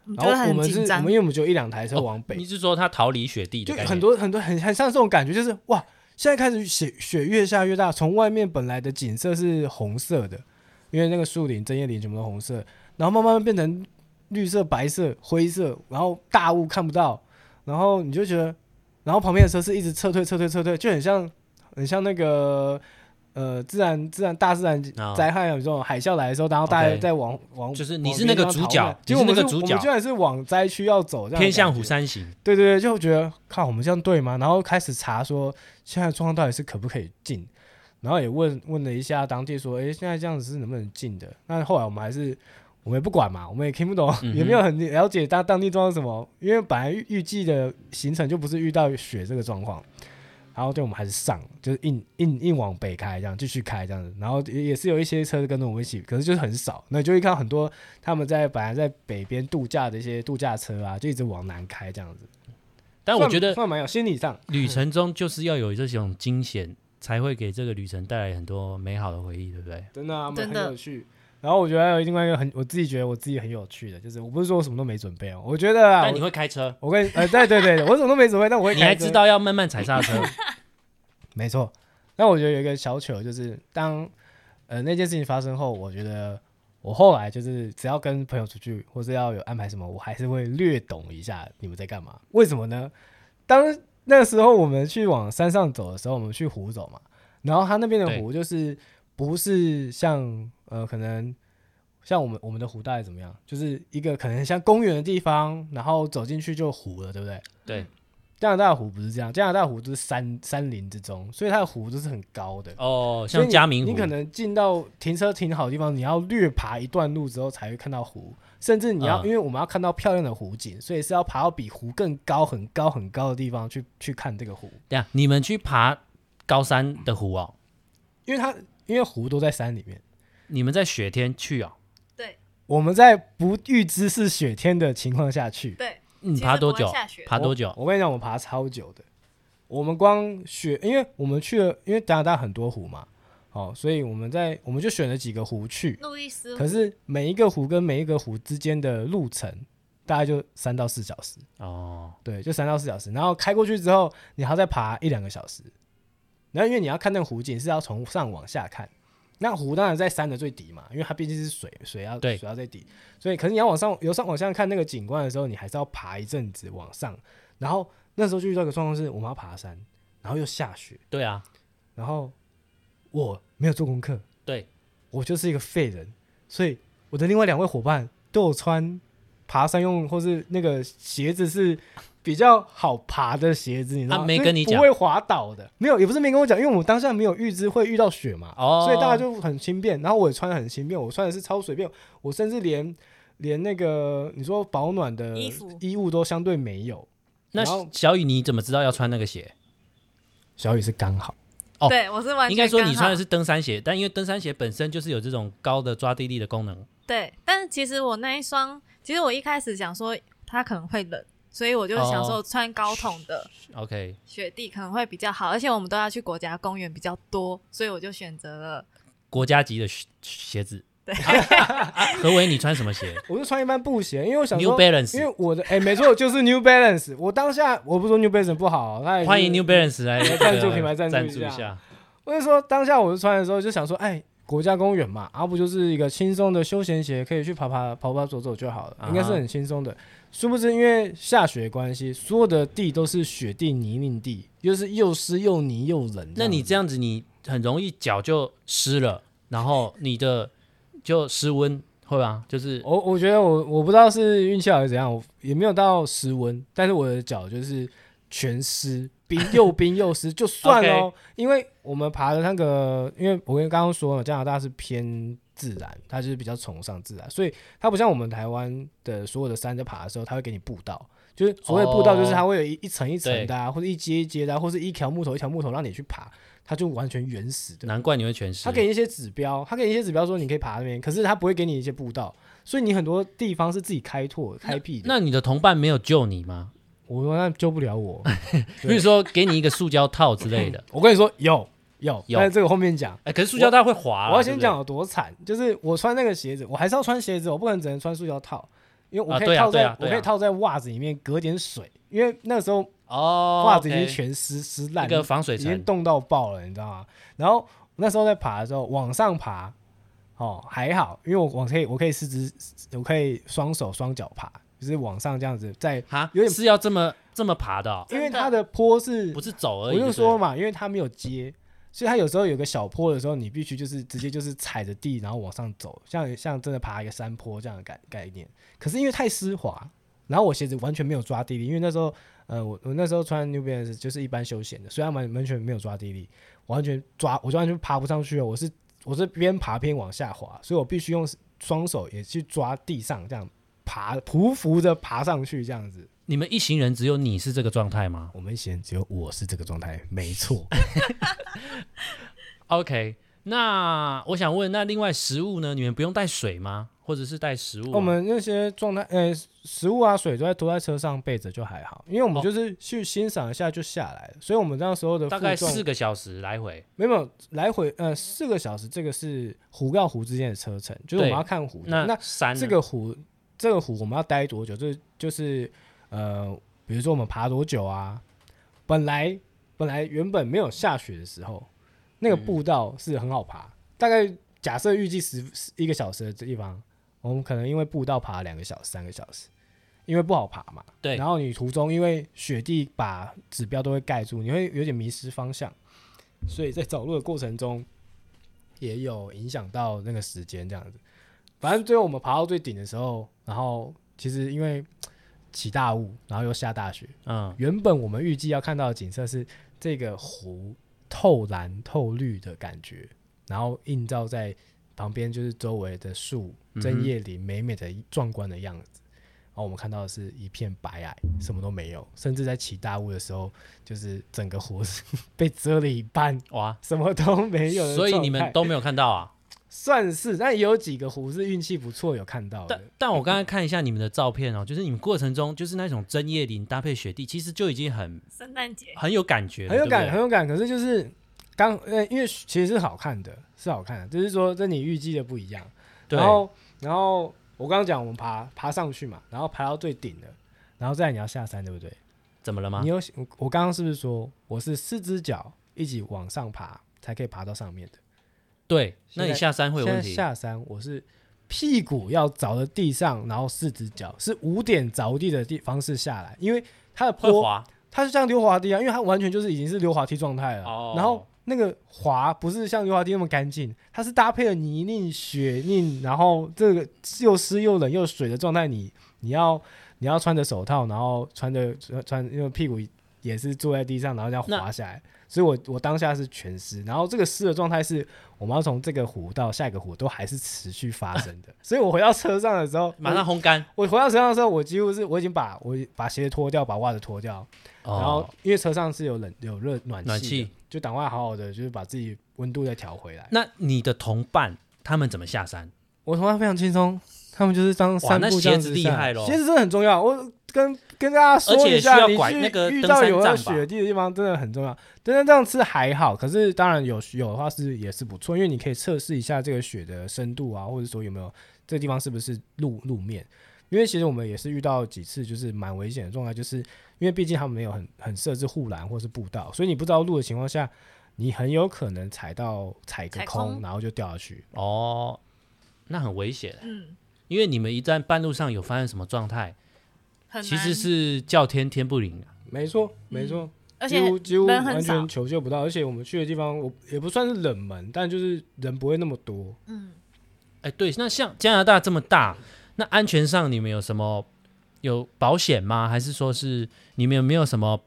Speaker 4: 我们
Speaker 2: 然
Speaker 4: 觉得
Speaker 2: 后我
Speaker 4: 很
Speaker 2: 们是，
Speaker 4: 紧
Speaker 2: 我
Speaker 4: 张
Speaker 2: 们因，为我们就一两台
Speaker 1: 哦
Speaker 2: 车往北
Speaker 1: 你是说它逃离雪地的
Speaker 2: 就
Speaker 1: 概念？
Speaker 2: 很多很多很很像这种感觉，就是哇，现在开始雪雪越下越大，从外面本来的景色是红色的，因为那个树林、针叶林全部都红色，然后慢慢变成绿色、白色、灰色，然后大雾看不到，然后你就觉得，然后旁边的车是一直撤退、撤退、撤退，就很像很像那个。呃，自然自然大自然
Speaker 1: 啊
Speaker 2: 灾害有这种海啸来的时候，然后大家
Speaker 1: OK
Speaker 2: 在往往
Speaker 1: 就是
Speaker 2: 往
Speaker 1: 你是那
Speaker 2: 别
Speaker 1: 个
Speaker 2: 地方
Speaker 1: 主
Speaker 2: 逃
Speaker 1: 角
Speaker 2: 难
Speaker 1: 你
Speaker 2: 结果
Speaker 1: 是
Speaker 2: 我们
Speaker 1: 那个
Speaker 2: 是
Speaker 1: 主
Speaker 2: 我
Speaker 1: 角
Speaker 2: 们居然是往灾区要走，这样的
Speaker 1: 偏向
Speaker 2: 感
Speaker 1: 虎
Speaker 2: 觉
Speaker 1: 山行，
Speaker 2: 对对对，就觉得靠，我们这样对吗？然后开始查说现在状况到底是可不可以进，然后也问问了一下当地说，诶，现在这样子是能不能进的？那后来我们还是我们也不管嘛，我们也听不懂，也没有很了解当当地状况是什么，因为本来预预计的行程就不是遇到雪这个状况，然后对我们还是上，就是硬硬硬往北开，这样继续开这样子。然后也也是有一些车跟着我们一起，可是就是很少。那你就会看到很多他们在本来在北边度假的一些度假车啊，就一直往南开这样子。
Speaker 1: 但我觉
Speaker 2: 算
Speaker 1: 得
Speaker 2: 算蛮有心理上，
Speaker 1: 旅程中就是要有这种惊险，才会给这个旅程带来很多美好的回忆，对不对？
Speaker 2: 真的啊，蛮
Speaker 4: 真
Speaker 2: 很
Speaker 4: 的
Speaker 2: 有趣。然后我觉得还有另外一个很，我自己觉得我自己很有趣的，就是我不是说我什么都没准备哦，我觉得啊，
Speaker 1: 但你
Speaker 2: 我
Speaker 1: 会开车，
Speaker 2: 我跟呃对对对，我什么都没准备，但我会
Speaker 1: 你还
Speaker 2: 开车
Speaker 1: 知道要慢慢踩刹 车，
Speaker 2: 没错。那我觉得有一个小糗，就是当呃那件事情发生后，我觉得我后来就是只要跟朋友出去，或是要有安排什么，我还是会略懂一下你们在干嘛。为什么呢？当那时候我们去往山上走的时候，我们去湖走嘛，然后它那边的湖就是不是像呃可能。像我们我们的湖大概怎么样？就是一个可能像公园的地方，然后走进去就湖了，对不对？
Speaker 1: 对，
Speaker 2: 加拿大的湖不是这样，加拿大的湖就是山山林之中，所以它的湖都是很高的，
Speaker 1: 哦，
Speaker 2: 所以
Speaker 1: 像
Speaker 2: 你
Speaker 1: 嘉明湖，
Speaker 2: 你可能进到停车停好的地方，你要略爬一段路之后才会看到湖，甚至你要、
Speaker 1: 嗯
Speaker 2: 因为我们要看到漂亮的湖景，所以是要爬到比湖更高、很高、很高的地方去去看这个湖，
Speaker 1: 等一下你们去爬高山的湖哦，
Speaker 2: 因为它因为湖都在山里面。
Speaker 1: 你们在雪天去哦，
Speaker 4: 对
Speaker 2: 我们在不预知是雪天的情况下去，
Speaker 4: 对，
Speaker 1: 你
Speaker 4: 其实
Speaker 1: 爬多
Speaker 4: 不会
Speaker 1: 久
Speaker 4: 下雪？
Speaker 1: 爬多久？
Speaker 2: 我？我跟你讲，我爬超久的。我们光选，因为我们去了，因为加拿大很多湖嘛，哦，所以我们在我们就选了几个湖去。
Speaker 4: 路易斯
Speaker 2: 可是每一个湖跟每一个湖之间的路程大概就三到四小时，
Speaker 1: 哦，
Speaker 2: 对，就三到四小时。然后开过去之后，你还要再爬一两个小时。然后因为你要看那个湖景是要从上往下看，那湖当然在山的最底嘛，因为它毕竟是水，水要
Speaker 1: 对
Speaker 2: 水要在底，所以可是你要往上由上往下看那个景观的时候，你还是要爬一阵子往上。然后那时候就遇到一个状况是，我们要爬山，然后又下雪，
Speaker 1: 对啊，
Speaker 2: 然后我没有做功课，
Speaker 1: 对，
Speaker 2: 我就是一个废人，所以我的另外两位伙伴都有穿爬山用或是那个鞋子是比较好爬的鞋子，你知道吗？
Speaker 1: 啊没跟你
Speaker 2: 所以
Speaker 1: 讲
Speaker 2: 不会滑倒的，没有，也不是没跟我讲，因为我们当下没有预知会遇到雪嘛，
Speaker 1: 哦
Speaker 2: 所以大家就很轻便。然后我也穿的很轻便，我穿的是超随便，我甚至连连那个你说保暖的
Speaker 4: 衣服
Speaker 2: 衣物都相对没有。
Speaker 1: 那
Speaker 2: 然后
Speaker 1: 小雨你怎么知道要穿那个鞋？
Speaker 2: 小雨是刚好，
Speaker 1: 哦
Speaker 4: 对我是完全
Speaker 1: 应该说
Speaker 4: 刚
Speaker 1: 你
Speaker 4: 好
Speaker 1: 穿的是登山鞋，但因为登山鞋本身就是有这种高的抓地力的功能，
Speaker 4: 对，但是其实我那一双，其实我一开始想说它可能会冷，所以我就想
Speaker 2: 哦
Speaker 4: 说穿高筒的
Speaker 1: OK，
Speaker 4: 雪地可能会比较好，而且我们都要去国家公园比较多，所以我就选择了
Speaker 1: 国家级的鞋鞋子。
Speaker 4: 对
Speaker 1: 啊， 何为你穿什么鞋
Speaker 2: 我就穿一般布鞋，因为 我想
Speaker 1: ？New
Speaker 2: 说。因
Speaker 1: Balance，
Speaker 2: 为我的哎、没错，就是 New Balance。我当下我不说 New Balance 不好，那也是
Speaker 1: 欢迎 New Balance 来这个
Speaker 2: 赞助品牌赞助
Speaker 1: 赞
Speaker 2: 一
Speaker 1: 助
Speaker 2: 下
Speaker 1: 一下。
Speaker 2: 我就说当下我就穿的时候就想说，哎，国家公园嘛，啊不就是一个轻松的休闲鞋，可以去爬爬跑跑走走就好了
Speaker 1: 啊，哈
Speaker 2: 应该是很轻松的。殊不知因为下雪的关系，所有的地都是雪地泥泞地，又是又湿又泥又冷。
Speaker 1: 那你这样子，你很容易脚就湿了，然后你的就失温，会吧？就是
Speaker 2: 我我觉得我我不知道是运气好还是怎样，我也没有到湿温，但是我的脚就是全湿，冰又冰又湿，就算哦因为我们爬的那个，因为我跟刚刚说了，加拿大是偏自然，它就是比较崇尚自然，所以它不像我们台湾的所有的山在爬的时候，它会给你步道。就是所谓步道，就是它会有一一层一层的、啊，或者一阶一阶的、啊，或是一条木头一条木头让你去爬，它就完全原始的。
Speaker 1: 难怪你会全湿
Speaker 2: 他。给你一些指标，他给你一些指标说你可以爬那边，可是他不会给你一些步道，所以你很多地方是自己开拓开辟的。
Speaker 1: 那你的同伴没有救你吗？
Speaker 2: 我说那救不了我，
Speaker 1: 比如说给你一个塑胶套之类的，
Speaker 2: 我跟你说有有，
Speaker 1: 有
Speaker 2: 但是这个后面讲。
Speaker 1: 哎，可是塑胶套会滑啊。
Speaker 2: 我要
Speaker 1: 对
Speaker 2: 先
Speaker 1: 不对
Speaker 2: 讲有多惨，就是我穿那个鞋子，我还是要穿鞋子，我不可能只能穿塑胶套，因为我
Speaker 1: 啊
Speaker 2: 可
Speaker 1: 对
Speaker 2: 以
Speaker 1: 啊
Speaker 2: 套在、
Speaker 1: 对啊对
Speaker 2: 我
Speaker 1: 啊
Speaker 2: 可以套在袜子里面隔点水，因为那个时候
Speaker 1: 哦，
Speaker 2: 袜子已经
Speaker 1: OK
Speaker 2: 全湿湿烂
Speaker 1: 一
Speaker 2: 了，
Speaker 1: 个防水
Speaker 2: 已经
Speaker 1: 层，
Speaker 2: 冻到爆了，你知道吗？然后那时候在爬的时候，往上爬，哦还好，因为我往可以我可以四肢，我可以双手双脚爬，就是往上这样子在，
Speaker 1: 哈
Speaker 2: 有，点
Speaker 1: 是要这么这么爬的哦，
Speaker 2: 因
Speaker 4: 哦真的
Speaker 2: 为它的坡是，
Speaker 1: 不是走而
Speaker 2: 我
Speaker 1: 已。
Speaker 2: 就
Speaker 1: 对
Speaker 2: 说嘛，因为它没有接，所以它有时候有个小坡的时候，你必须就是直接就是踩着地然后往上走，像像真的爬一个山坡这样的概概念。可是因为太湿滑，然后我鞋子完全没有抓地力，因为那时候呃，我我那时候穿 New Balance 就是一般休闲的，虽然完完全没有抓地力，完全抓我就完全爬不上去了。我是我是边爬边往下滑，所以我必须用双手也去抓地上，这样爬匍匐着爬上去这样子。
Speaker 1: 你们一行人只有你是这个状态吗
Speaker 2: 我们显只有我是这个状态，没错。
Speaker 1: ？OK，那我想问，那另外食物呢？你们不用带水吗？或者是带食物吗？啊
Speaker 2: 我们那些状态，呃，食物啊、水都在都在车上备着，就还好，因为我们
Speaker 1: 哦
Speaker 2: 就是去欣赏一下就下来了，所以我们那时候的
Speaker 1: 大
Speaker 2: 负
Speaker 1: 概
Speaker 2: 重
Speaker 1: 四个小时来回。
Speaker 2: 没有没有来回呃四个小时，这个是湖到湖之间的车程，就是我
Speaker 1: 对
Speaker 2: 们要看湖的。
Speaker 1: 那
Speaker 2: 那
Speaker 1: 山呢
Speaker 2: 这个湖这个湖我们要待多久？这就是呃，比如说我们爬多久啊？本来本来原本没有下雪的时候，那
Speaker 1: 嗯
Speaker 2: 个步道是很好爬，大概假设预计十十一个小时的地方，我们可能因为步道爬了两个小时、三个小时，因为不好爬嘛。
Speaker 1: 对
Speaker 2: 然后你途中因为雪地把指标都会盖住，你会有点迷失方向，所以在找路的过程中也有影响到那个时间这样子。反正最后我们爬到最顶的时候，然后其实因为起大雾，然后又下大雪，
Speaker 1: 嗯，
Speaker 2: 原本我们预计要看到的景色是这个湖透蓝透绿的感觉，然后映照在旁边就是周围的树、
Speaker 1: 嗯
Speaker 2: 针叶林美美的壮观的样子。然后我们看到的是一片白霭，什么都没有，甚至在起大雾的时候，就是整个湖是 被遮了一半，
Speaker 1: 哇，
Speaker 2: 什么都没有的状
Speaker 1: 所
Speaker 2: 态。
Speaker 1: 以你们都没有看到 啊？
Speaker 2: 算是，但也有几个湖是运气不错有看到的
Speaker 1: 但。但我刚才看一下你们的照片哦，就是你们过程中就是那种针叶林搭配雪地，其实就已经很
Speaker 4: 圣诞节
Speaker 1: 很有感觉了，
Speaker 2: 很有感，
Speaker 1: 对不
Speaker 2: 很
Speaker 1: 对
Speaker 2: 有感。可是就是刚，呃，因为其实是好看的，是好看的，就是说跟你预计的不一样。
Speaker 1: 对
Speaker 2: 然后，然后我刚刚讲我们爬爬上去嘛，然后爬到最顶了，然后再来你要下山，对不对？
Speaker 1: 怎么了吗
Speaker 2: 你？有我我刚刚是不是说我是四只脚一起往上爬才可以爬到上面的？
Speaker 1: 对，那
Speaker 2: 现
Speaker 1: 你
Speaker 2: 在
Speaker 1: 下山会有
Speaker 2: 现
Speaker 1: 问
Speaker 2: 在
Speaker 1: 题。
Speaker 2: 下山我是屁股要着的地上，然后四只脚是五点着地的地方式下来，因为它的
Speaker 1: 会
Speaker 2: 坡
Speaker 1: 滑
Speaker 2: 它是像溜滑梯啊，因为它完全就是已经是溜滑梯状态了。
Speaker 1: 哦
Speaker 2: 然后那个滑不是像溜滑梯那么干净，它是搭配了泥泞、雪泞，然后这个又湿又冷又水的状态，你你要你要穿着手套，然后穿着穿穿因为屁股也是坐在地上，然后这样滑下来。所以我我当下是全湿，然后这个湿的状态是我们要从这个湖到下一个湖都还是持续发生 的。所以我回到车上的时候，
Speaker 1: 马上烘干，
Speaker 2: 我我回到车上的时候，我几乎是我已经把我把鞋子脱掉，把袜子脱掉，
Speaker 1: 哦
Speaker 2: 然后因为车上是有冷有热暖气的，
Speaker 1: 暖气
Speaker 2: 就赶快好好的就是把自己温度再调回来。
Speaker 1: 那你的同伴他们怎么下山？
Speaker 2: 我同样非常轻松，他们就是当
Speaker 1: 哇
Speaker 2: 散
Speaker 1: 那
Speaker 2: 步这样
Speaker 1: 鞋
Speaker 2: 子
Speaker 1: 子厉
Speaker 2: 下来
Speaker 1: 害咯
Speaker 2: 鞋子真的很重要。我跟跟大家
Speaker 1: 而
Speaker 2: 说
Speaker 1: 且
Speaker 2: 一下，
Speaker 1: 需要
Speaker 2: 你
Speaker 1: 拐
Speaker 2: 去
Speaker 1: 那个
Speaker 2: 遇
Speaker 1: 登
Speaker 2: 到
Speaker 1: 山
Speaker 2: 有
Speaker 1: 杖吧
Speaker 2: 雪地的地方真的很重要。登山杖吃还好，可是当然有有的话是也是不错，因为你可以测试一下这个雪的深度啊，或者说有没有这个地方是不是路路面。因为其实我们也是遇到几次就是蛮危险的状态，就是因为毕竟他们没有很很设置护栏或是步道，所以你不知道路的情况下，你很有可能踩到踩个
Speaker 4: 踩
Speaker 2: 空，
Speaker 1: 嗯
Speaker 4: 空
Speaker 2: 然后就掉下去。
Speaker 1: 哦，那很危险，
Speaker 4: 嗯，
Speaker 1: 因为你们一旦半路上有发生什么状态，
Speaker 4: 很
Speaker 1: 其
Speaker 4: 难
Speaker 1: 实是叫天天不灵啊。
Speaker 2: 没错，没错。
Speaker 4: 而
Speaker 2: 几
Speaker 4: 且
Speaker 2: 乎几乎
Speaker 4: 人
Speaker 2: 完
Speaker 4: 很少
Speaker 2: 全，求救不到，而且我们去的地方，我也不算是冷门，但就是人不会那么多。
Speaker 4: 嗯，
Speaker 1: 哎，对，那像加拿大这么大，那安全上你们有什么有保险吗？还是说是你们有没有什么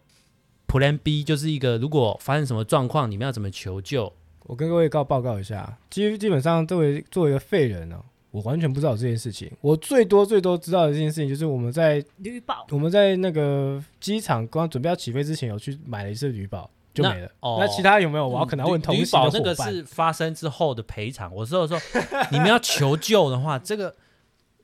Speaker 1: Plan B，就是一个如果发生什么状况，你们要怎么求救？
Speaker 2: 我跟各位告报告一下，基基本上作为作为一个废人呢、哦我完全不知道这件事情。我最多最多知道的一件事情就是我们在
Speaker 4: 旅保
Speaker 2: 我们在那个机场刚准备要起飞之前，有去买了一次旅保就没了。
Speaker 1: 那哦
Speaker 2: 那其他有没有？我要可能要问同
Speaker 1: 旅
Speaker 2: 行
Speaker 1: 保
Speaker 2: 的
Speaker 1: 那个
Speaker 2: 伙伴。
Speaker 1: 是发生之后的赔偿。我是说 说，你们要求救的话，这个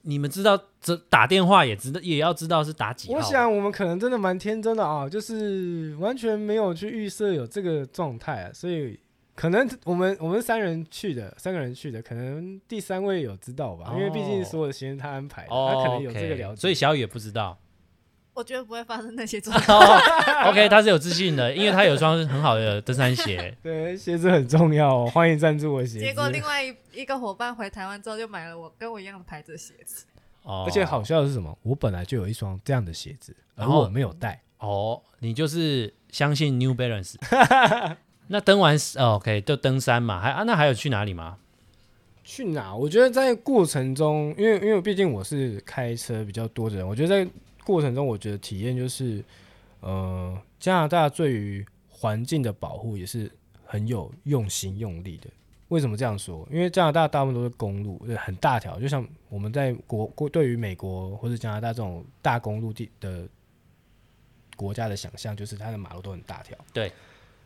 Speaker 1: 你们知道，这打电话也知道，也要知道是打几号。
Speaker 2: 我想我们可能真的蛮天真的啊，就是完全没有去预设有这个状态、啊，所以可能我们我们三人去的，三个人去的，可能第三位有知道吧，因为毕竟
Speaker 1: 哦
Speaker 2: 所有的时间他安排的，
Speaker 1: 哦，
Speaker 2: 他可能有这个了
Speaker 1: OK，
Speaker 2: 解。
Speaker 1: 所以小雨也不知 道。
Speaker 4: 我觉得不会发生 那些 状况。
Speaker 1: 哦 OK，他是有自信的，因为他有双很好的登山 鞋。
Speaker 2: 对鞋子很重要、哦，欢迎赞助我鞋子。
Speaker 4: 结果另
Speaker 1: 哦
Speaker 4: 外一一个伙伴回台湾之后，就买了我跟我一样的牌子的鞋子。
Speaker 1: 哦，
Speaker 2: 而且好笑的是什么？我本来就有一双这样的鞋子，而
Speaker 1: 然后
Speaker 2: 我没有带。
Speaker 1: 哦，你就是相信 New Balance。那登完、哦、OK 就登山嘛，还啊那还有去哪里吗？
Speaker 2: 去哪？我觉得在过程中，因为因为毕竟我是开车比较多的人，我觉得在过程中，我觉得体验就是，呃，加拿大对于环境的保护也是很有用心用力的。为什么这样说？因为加拿大大部分都是公路，呃很大条，就像我们在国国对于美国或者加拿大这种大公路地的国家的想象，就是它的马路都很大条。
Speaker 1: 对。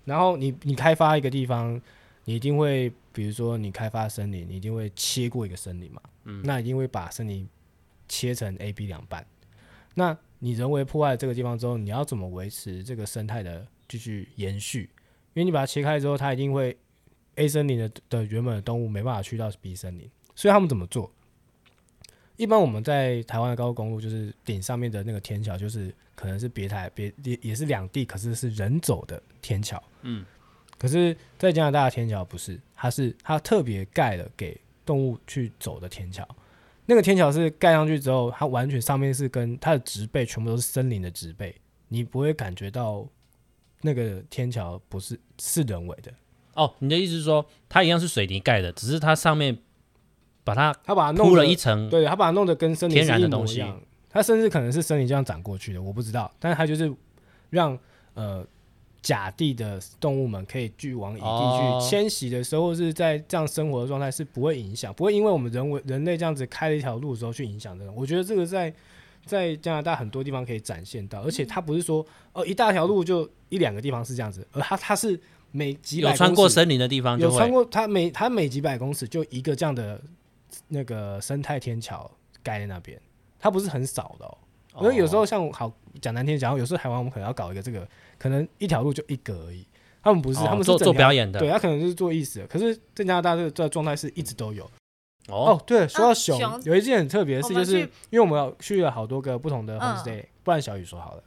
Speaker 2: 然后你你开发一个地方，你一定会，比如说你开发森林，你一定会切过一个森林嘛，嗯，那一定会把森林切成 A、B 两半。那你人为破坏这个地方之后，你要怎么维持这个生态的继续延续？因为你把它切开之后，它一定会 A 森林的的原本的动物没办法去到 B 森林，所以他们怎么做？一般我们在台湾的高速公路，就是顶上面的那个天桥，就是可能是别台别也也是两地，可是是人走的天桥。嗯，可是，在加拿大的天桥不是，它是它特别盖了给动物去走的天桥。那个天桥是盖上去之后，它完全上面是跟它的植被全部都是森林的植被，你不会感觉到那个天桥不是是人为的，
Speaker 1: 哦，你的意思是说，它一样是水泥盖的，只是它上面把它
Speaker 2: 他把它弄
Speaker 1: 铺了
Speaker 2: 得
Speaker 1: 一层，
Speaker 2: 对，他把它弄得跟森林
Speaker 1: 天然
Speaker 2: 是一
Speaker 1: 的
Speaker 2: 模
Speaker 1: 东
Speaker 2: 一
Speaker 1: 西
Speaker 2: 样，它甚至可能是森林这样长过去的，我不知道，但是它就是让呃甲地的动物们可以去往乙地
Speaker 1: 哦
Speaker 2: 去迁徙的时候，或是在这样生活的状态是不会影响，不会因为我们人为人类这样子开了一条路的时候去影响这种。我觉得这个在在加拿大很多地方可以展现到，而且它不是说哦一大条路就一两个地方是这样子，而它它是每几百
Speaker 1: 有穿过
Speaker 2: 公尺
Speaker 1: 森林的地方就
Speaker 2: 有穿
Speaker 1: 会
Speaker 2: 过它每它每几百公尺就一个这样的那个生态天桥盖在那边，它不是很少的、哦。因为有时候像好讲难听讲，有时候台湾我们可能要搞一个这个，可能一条路就一个而已。他们不是，
Speaker 1: 哦
Speaker 2: 他们是
Speaker 1: 做
Speaker 2: 整
Speaker 1: 做
Speaker 2: 条
Speaker 1: 表演的
Speaker 2: 对，啊他可能就是做意思的。可是在加拿大这个这个状态是一直都有。
Speaker 1: 哦
Speaker 2: 哦，对，说到熊，
Speaker 4: 啊熊
Speaker 2: 有一件很特别的事，
Speaker 4: 我
Speaker 2: 就
Speaker 4: 们
Speaker 2: 是
Speaker 4: 去
Speaker 2: 因为我们有去了好多个不同的
Speaker 4: 嗯
Speaker 2: homestay，、不然小雨说好了，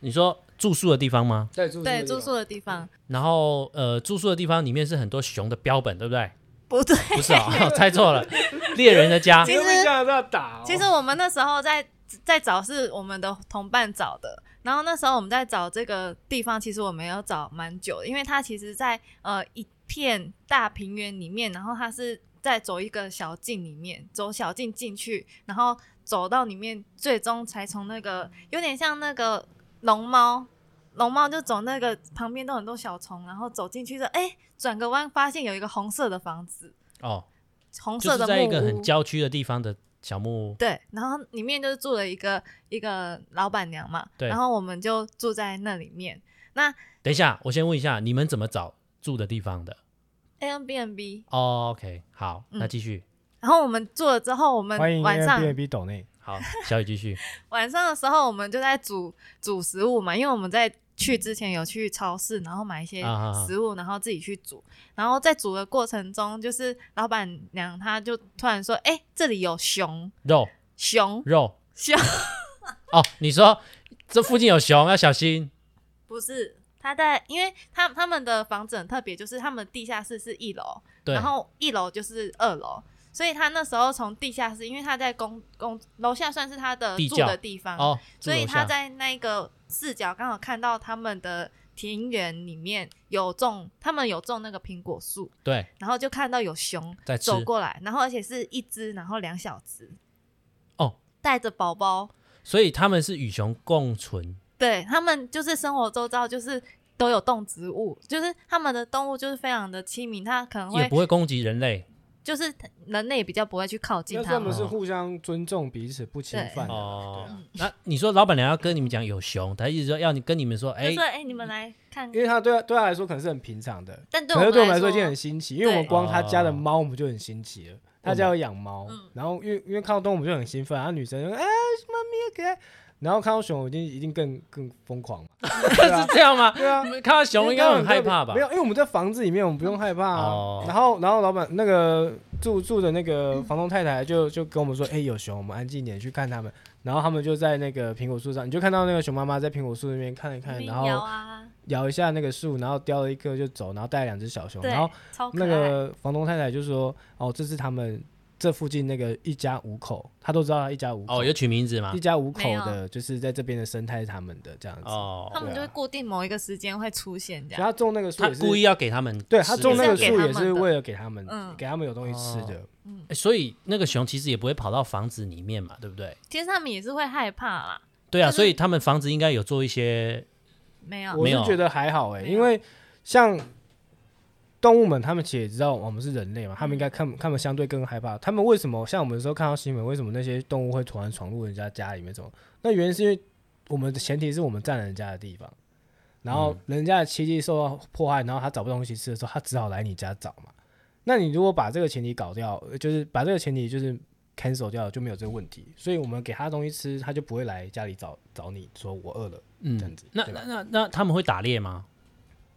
Speaker 1: 你说住宿的地方吗？
Speaker 2: 对住
Speaker 4: 对，住宿的地方
Speaker 1: 然后呃，住宿的地方里面是很多熊的标本，对不对？
Speaker 4: 不对。
Speaker 1: 不是 啊、哦，猜错了，猎人的家
Speaker 4: 其实
Speaker 2: 加拿大打、哦，
Speaker 4: 其实我们那时候在在找是我们的同伴找的，然后那时候我们在找这个地方，其实我们要找蛮久的，因为它其实在呃一片大平原里面，然后它是在走一个小径里面，走小径进去，然后走到里面，最终才从那个有点像那个龙猫。龙猫就走那个旁边都很多小虫，然后走进去的，哎、转个弯发现有一个红色的房子，
Speaker 1: 哦，
Speaker 4: 红
Speaker 1: 就
Speaker 4: 色
Speaker 1: 是
Speaker 4: 的
Speaker 1: 在一
Speaker 4: 木
Speaker 1: 个很
Speaker 4: 屋，
Speaker 1: 郊区的地方的小木屋，
Speaker 4: 对，然后里面就是住了一个一个老板娘嘛，
Speaker 1: 对
Speaker 4: 然后我们就住在那里面。那
Speaker 1: 等一下，我先问一下，你们怎么找住的地方的、
Speaker 4: Airbnb，
Speaker 1: 哦、？OK，好，
Speaker 4: 嗯
Speaker 1: 那继续。
Speaker 4: 然后我们住了之后，我们
Speaker 2: 欢迎
Speaker 4: 晚上
Speaker 2: Airbnb 抖内，
Speaker 1: 好，小雨继续。
Speaker 4: 晚上的时候，我们就在煮煮食物嘛，因为我们在去之前有去超市，然后买一些
Speaker 1: 啊啊啊
Speaker 4: 食物，然后自己去煮。然后在煮的过程中，就是老板娘她就突然说：“哎、这里有熊
Speaker 1: 肉
Speaker 4: 熊
Speaker 1: 肉
Speaker 4: 熊，
Speaker 1: 哦，你说这附近有熊，要小心。
Speaker 4: 不是。”她在，因为他他们的房子很特别，就是他们地下室是一楼，
Speaker 1: 对，
Speaker 4: 然后一楼就是二楼，所以他那时候从地下室，因为他在公公楼下算是他的
Speaker 1: 地
Speaker 4: 住
Speaker 1: 窖
Speaker 4: 的地方，
Speaker 1: 哦，
Speaker 4: 所
Speaker 1: 住
Speaker 4: 以
Speaker 1: 楼
Speaker 4: 他
Speaker 1: 下
Speaker 4: 在那个视角刚好看到他们的庭园里面有种，他们有种那个苹果树，
Speaker 1: 对
Speaker 4: 然后就看到有熊
Speaker 1: 在吃
Speaker 4: 走过来，然后而且是一只，然后两小只，
Speaker 1: 哦，
Speaker 4: 带着宝宝，
Speaker 1: 所以他们是与熊共存。
Speaker 4: 对他们就是生活周遭就是。都有动植物，就是他们的动物就是非常的亲民，它可能
Speaker 1: 也
Speaker 4: 会
Speaker 1: 不会攻击人类
Speaker 4: 就是人类比较不会去靠近
Speaker 2: 那
Speaker 4: 它
Speaker 2: 他
Speaker 4: 们
Speaker 2: 们。是互相尊重彼此，不侵
Speaker 4: 对
Speaker 2: 犯的啦。
Speaker 1: 哦
Speaker 2: 对啊。
Speaker 1: 那你说老板娘要跟你们讲有熊，她一直说要你跟你们说，
Speaker 4: 就
Speaker 1: 哎
Speaker 4: 说，哎、你们来看，
Speaker 2: 因为他对他对他来说可能是很平常的，
Speaker 4: 但对
Speaker 2: 可是对我们来
Speaker 4: 来
Speaker 2: 说
Speaker 4: 说
Speaker 2: 已经很新奇，因为我们
Speaker 4: 对
Speaker 2: 光他家的猫我们就很新奇了。他家有养猫
Speaker 4: 嗯，
Speaker 2: 然后因为因为看到动物我们就很兴奋，然后女生就哎妈咪好可爱，然后看到熊我一定一定更更疯狂嘛，对啊
Speaker 1: 是这样吗？
Speaker 2: 对啊
Speaker 1: 你，们看到熊应该会很害怕吧
Speaker 2: 没？有，因为我们在房子里面，我们不用害怕啊。
Speaker 1: 哦
Speaker 2: 然后，然后老板那个住住的那个房东太太就就跟我们说，哎、有熊，我们安静一点去看他们。然后他们就在那个苹果树上，你就看到那个熊妈妈在苹果树那边看一看，
Speaker 4: 民
Speaker 2: 然
Speaker 4: 谣
Speaker 2: 后
Speaker 4: 啊，
Speaker 2: 摇一下那个树，然后叼了一颗就走，然后带两只小熊。
Speaker 4: 对
Speaker 2: 然后，
Speaker 4: 超可
Speaker 2: 那
Speaker 4: 爱。
Speaker 2: 个房东太太就说，哦，这是他们这附近那个一家五口，他都知道他一家五口，
Speaker 1: 哦，有取名字吗
Speaker 2: 一？家五口
Speaker 4: 没有
Speaker 2: 的，就是在这边的生态是他们的这样子。
Speaker 4: 他
Speaker 1: 哦，
Speaker 4: 们就会固定某一个时间会出现这
Speaker 2: 所以
Speaker 4: 样，
Speaker 2: 他种那个树
Speaker 1: 他
Speaker 2: 也是
Speaker 1: 故意要给他们吃的，
Speaker 2: 对他种那个
Speaker 4: 也是
Speaker 2: 树
Speaker 4: 要
Speaker 2: 也
Speaker 4: 给他
Speaker 2: 是
Speaker 4: 们的
Speaker 2: 为了给他们，
Speaker 4: 嗯
Speaker 2: 给他们有东西吃的。
Speaker 1: 欸所以那个熊其实也不会跑到房子里面嘛，对不对？
Speaker 4: 其实他们也是会害怕啦。
Speaker 1: 对啊，
Speaker 4: 就是
Speaker 1: 所以他们房子应该有做一些
Speaker 4: 没有，
Speaker 2: 我
Speaker 1: 没
Speaker 2: 是
Speaker 1: 有
Speaker 2: 觉得还好哎、
Speaker 4: 啊没有
Speaker 2: 因为像动物们，他们其实也知道我们是人类
Speaker 4: 嗯
Speaker 2: 嘛，他们应该看他们相对更害怕。他们为什么像我们有时候看到新闻，为什么那些动物会突然闯入人家家里面？怎么？那原因是因为我们的前提是我们占人家的地
Speaker 1: 嗯
Speaker 2: 方，然后人家的栖地受到迫害，然后他找不到东西吃的时候，他只好来你家找嘛。那你如果把这个前提搞掉，呃就是把这个前提就是 cancel 掉，就没有这个问题。所以我们给他东西吃，他就不会来家里找找你说我饿了。这样
Speaker 1: 嗯
Speaker 2: 子，
Speaker 1: 那
Speaker 2: 对吧啊
Speaker 1: 那那那他们会打猎吗？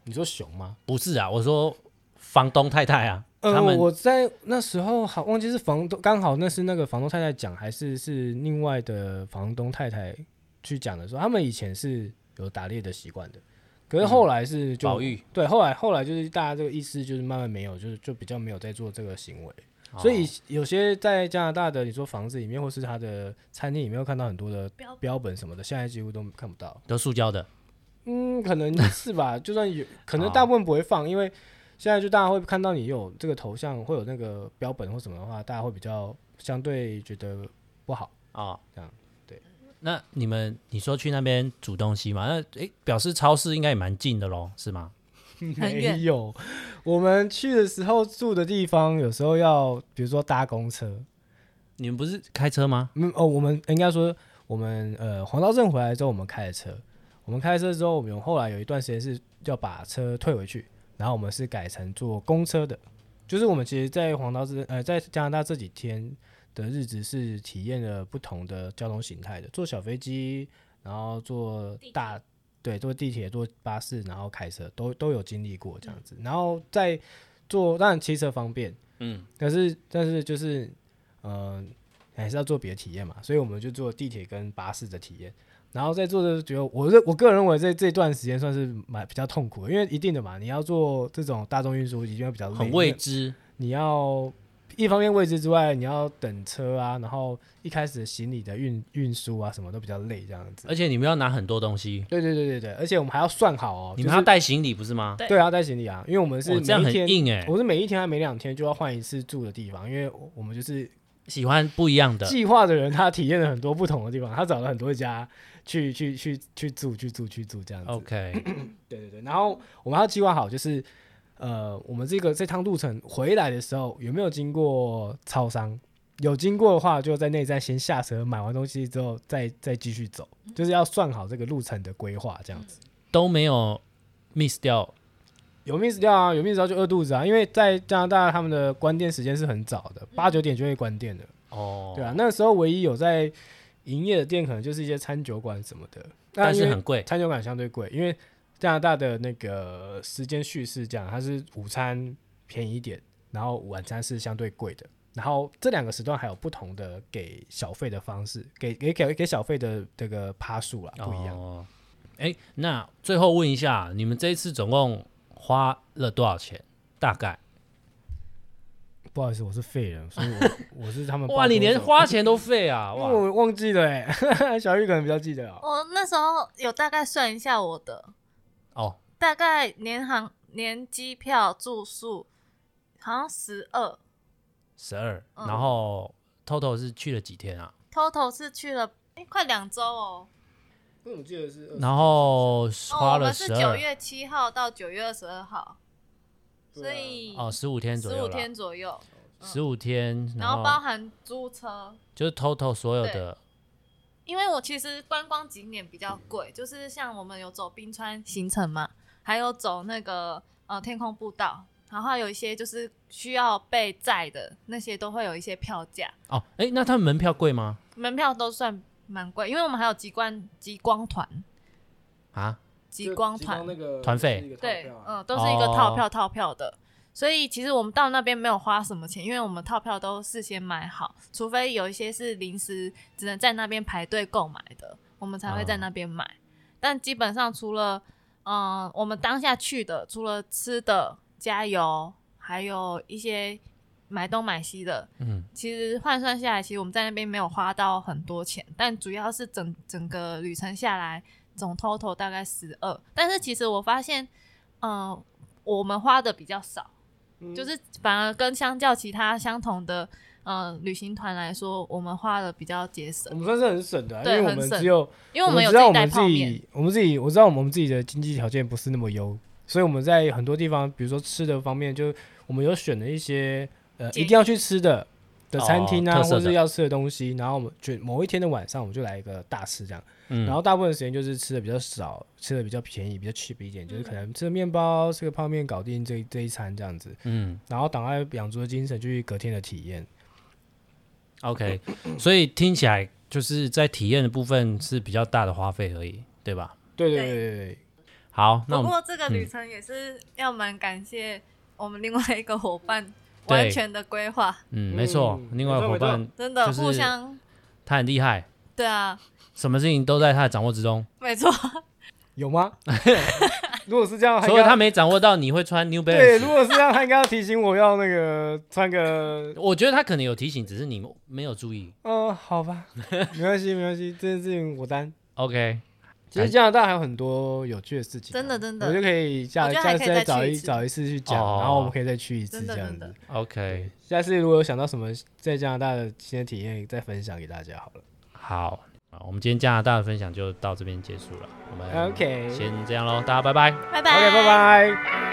Speaker 2: 你说熊吗？
Speaker 1: 不是啊，我说房东太太啊，
Speaker 2: 呃
Speaker 1: 他，们
Speaker 2: 我在那时候好忘记是房东，刚好那是那个房东太太讲，还是是另外的房东太太去讲的说，他们以前是有打猎的习惯的，可是后来是就、
Speaker 1: 保育
Speaker 2: 对，后来后来就是大家这个意识就是慢慢没有，就是就比较没有在做这个行为，所以有些在加拿大的你说房子里面或是他的餐厅里面会看到很多的
Speaker 4: 标
Speaker 2: 标本什么的，现在几乎都看不到。
Speaker 1: 都塑胶的，
Speaker 2: 嗯，可能是吧，就算有，可能大部分不会放，因为现在就大家会看到你有这个头像，会有那个标本或什么的话，大家会比较相对觉得不好。
Speaker 1: 哦，
Speaker 2: 这样对。
Speaker 1: 那你们你说去那边煮东西嘛？那诶、表示超市应该也蛮近的咯，是吗？
Speaker 4: 很远
Speaker 2: 没有，我们去的时候住的地方，有时候要比如说搭公车，
Speaker 1: 你们不是开车吗？
Speaker 2: 嗯哦，我们应该说我们呃黄刀镇回来之后，我们开了车，我们开了车之后，我们后来有一段时间是要把车退回去，然后我们是改成坐公车的，就是我们其实，在黄刀镇呃在加拿大这几天的日子是体验了不同的交通形态的，坐小飞机，然后坐大。对，坐地铁、坐巴士，然后开车都都有经历过这样子。然后在坐，当然骑车方便，
Speaker 1: 嗯，
Speaker 2: 但是但是就是，呃，还是要做别的体验嘛，所以我们就做地铁跟巴士的体验，然后再做的觉得我认我个人认为这这段时间算是蛮比较痛苦的，因为一定的嘛，你要做这种大众运输一定会比较累
Speaker 1: 很未知，
Speaker 2: 你要一方面位置之外，你要等车啊，然后一开始行李的运运输啊什么都比较累这样子。
Speaker 1: 而且你们要拿很多东西，
Speaker 2: 对对对对对，而且我们还要算好哦，
Speaker 1: 你
Speaker 2: 就
Speaker 1: 们还
Speaker 2: 是
Speaker 1: 要带行李不是吗？
Speaker 4: 对
Speaker 2: 对啊，带行李啊，因为我们是
Speaker 1: 哦这样
Speaker 2: 每一
Speaker 1: 很
Speaker 2: 天，
Speaker 1: 硬哎、
Speaker 2: 我是每一天还每两天就要换一次住的地方，因为我我们就是
Speaker 1: 喜欢不一样的。
Speaker 2: 计划的人，他体验了很多不同的地方，他找了很多家去去去去住去住去住这样子。
Speaker 1: OK，
Speaker 2: 对对对，然后我们还要计划好，就是呃，我们这个这趟路程回来的时候有没有经过超商？有经过的话，就在内站先下车买完东西之后再再继续走，
Speaker 1: 嗯
Speaker 2: 就是要算好这个路程的规划这样子。
Speaker 1: 都没有 miss 掉
Speaker 2: 有 miss 掉啊，有 miss 掉就饿肚子啊，因为在加拿大他们的关店时间是很早的，八九点就会关店的。
Speaker 1: 嗯哦，
Speaker 2: 对啊，那时候唯一有在营业的店，可能就是一些餐酒馆什么的，那
Speaker 1: 但
Speaker 2: 因
Speaker 1: 是
Speaker 2: 为
Speaker 1: 很贵
Speaker 2: 餐酒馆相对贵，因为加拿大的那个时间序是这样，它是午餐便宜一点，然后晚餐是相对贵的，然后这两个时段还有不同的给小费的方式，给给给给小费的这个趴数啦不一样。
Speaker 1: 哦哎、那最后问一下，你们这一次总共花了多少钱？大概？
Speaker 2: 不好意思，我是废人，所以 我我是他们
Speaker 1: 哇，你连
Speaker 2: 花，
Speaker 1: 花钱都废啊！
Speaker 2: 因
Speaker 1: 哇
Speaker 2: 为，我忘记了哎、 小玉可能比较记得哦、
Speaker 4: 我那时候有大概算一下我的，
Speaker 1: 哦，
Speaker 4: 大概年航年机票住宿好像十二
Speaker 1: 十二，
Speaker 4: 嗯
Speaker 1: 然后 total 是去了几天啊？
Speaker 4: ，total 是去了哎快两周哦。
Speaker 2: 因为我记得是20呃
Speaker 1: 然后
Speaker 4: 哦，
Speaker 1: 花
Speaker 4: 我
Speaker 1: 了
Speaker 4: 们是
Speaker 1: 十
Speaker 4: 九
Speaker 1: 二
Speaker 4: 月七号到九月二十二号，
Speaker 2: 对
Speaker 4: 所
Speaker 2: 啊
Speaker 4: 以
Speaker 1: 哦，十五天左
Speaker 4: 十
Speaker 1: 右
Speaker 4: 五
Speaker 1: 啦，
Speaker 4: 天左右，
Speaker 1: 十五天，
Speaker 4: 然后包含租车，
Speaker 1: 就是 total 所有的
Speaker 4: 因为我其实观光景点比较贵，就是像我们有走冰川行程嘛，还有走那个呃天空步道，然后还有一些就是需要被载的那些都会有一些票价，
Speaker 1: 哦，哎、那他们门票贵吗？
Speaker 4: 门票都算蛮贵，因为我们还有极光极光团，
Speaker 1: 啊，
Speaker 4: 极光团
Speaker 2: 个啊
Speaker 1: 团费就是
Speaker 4: 对，嗯，都是一个套票套票的。所以其实我们到那边没有花什么钱，因为我们套票都事先买好，除非有一些是临时只能在那边排队购买的，我们才会在那边买。但基本上除了嗯、呃我们当下去的，除了吃的、加油，还有一些买东买西的，
Speaker 1: 嗯，
Speaker 4: 其实换算下来，其实我们在那边没有花到很多钱，但主要是整整个旅程下来，总 total 大概十二。但是其实我发现，嗯、我们花的比较少，就是反而跟相较其他相同的呃旅行团来说，我们花的比较节
Speaker 2: 我
Speaker 4: 省，
Speaker 2: 们算是很省的啊、因
Speaker 4: 嗯对
Speaker 2: 为我
Speaker 4: 很
Speaker 2: 们
Speaker 4: 省
Speaker 2: 只有
Speaker 4: 因为我们有
Speaker 2: 知
Speaker 4: 自
Speaker 2: 道我
Speaker 4: 己带
Speaker 2: 们
Speaker 4: 泡
Speaker 2: 自
Speaker 4: 面。
Speaker 2: 己，我们自己我知道我们自己的经济条件不是那么优，所以我们在很多地方，比如说吃的方面，就我们有选了一些呃
Speaker 4: 建议
Speaker 2: 一定要去吃的，的餐厅
Speaker 1: 哦
Speaker 2: 啊，
Speaker 1: 特色
Speaker 2: 或
Speaker 1: 的
Speaker 2: 是要吃的东西，然后我们就某一天的晚上，我们就来一个大吃这样。
Speaker 1: 嗯
Speaker 2: 然后大部分时间就是吃的比较少，吃的比较便宜，比较 cheap 一点，就是可
Speaker 4: 嗯
Speaker 2: 能吃个面包、吃个泡面搞定这一这一餐这样子。
Speaker 1: 嗯
Speaker 2: 然后档案养足了精神，就是隔天的体验。
Speaker 1: ，OK，所以听起来就是在体验的部分是比较大的花费而已，对吧？
Speaker 2: 对对
Speaker 4: 对
Speaker 2: 对对对，
Speaker 1: 好，那我
Speaker 4: 不
Speaker 1: 们
Speaker 4: 过这个旅程也是要蛮感谢我们另外一个伙伴
Speaker 1: 对
Speaker 4: 完全的规划，
Speaker 1: 嗯，没错，
Speaker 2: 嗯
Speaker 1: 另外伙
Speaker 2: 没
Speaker 1: 伴
Speaker 4: 真的
Speaker 1: 就是
Speaker 4: 互相
Speaker 1: 他很厉害，
Speaker 4: 对啊，
Speaker 1: 什么事情都在他的掌握之中，
Speaker 4: 没错，
Speaker 2: 有吗？ 如果是这样，
Speaker 1: 所以
Speaker 2: 应该
Speaker 1: 他没掌握到你会穿 New
Speaker 2: 对，如
Speaker 1: Balance。
Speaker 2: 果是这样，他应该要提醒我要那个穿 个，
Speaker 1: 我觉得他可能有提醒，只是你没有注意。
Speaker 2: 嗯、好吧，没关系，没关系，这件事情我担。
Speaker 1: OK，
Speaker 2: 其实加拿大还有很多有趣的事情啊、
Speaker 4: 真的真的
Speaker 2: 我就可以
Speaker 4: 我
Speaker 2: 下
Speaker 4: 觉得
Speaker 2: 下
Speaker 4: 还可以
Speaker 2: 次
Speaker 4: 再去
Speaker 2: 找
Speaker 4: 一
Speaker 2: 一
Speaker 4: 次
Speaker 2: 找一次去讲，
Speaker 1: 哦
Speaker 2: 然后我们可以再去一次
Speaker 4: 真的
Speaker 2: 这样
Speaker 4: 真
Speaker 2: 子
Speaker 4: 的。
Speaker 1: OK，
Speaker 2: 下次如果有想到什么在加拿大的新的体验，再分享给大家好了。
Speaker 1: 好，啊我们今天加拿大的分享就到这边结束了，我们
Speaker 2: OK，OK，
Speaker 1: 先这样喽，大家拜拜。
Speaker 4: 拜拜
Speaker 2: 拜拜。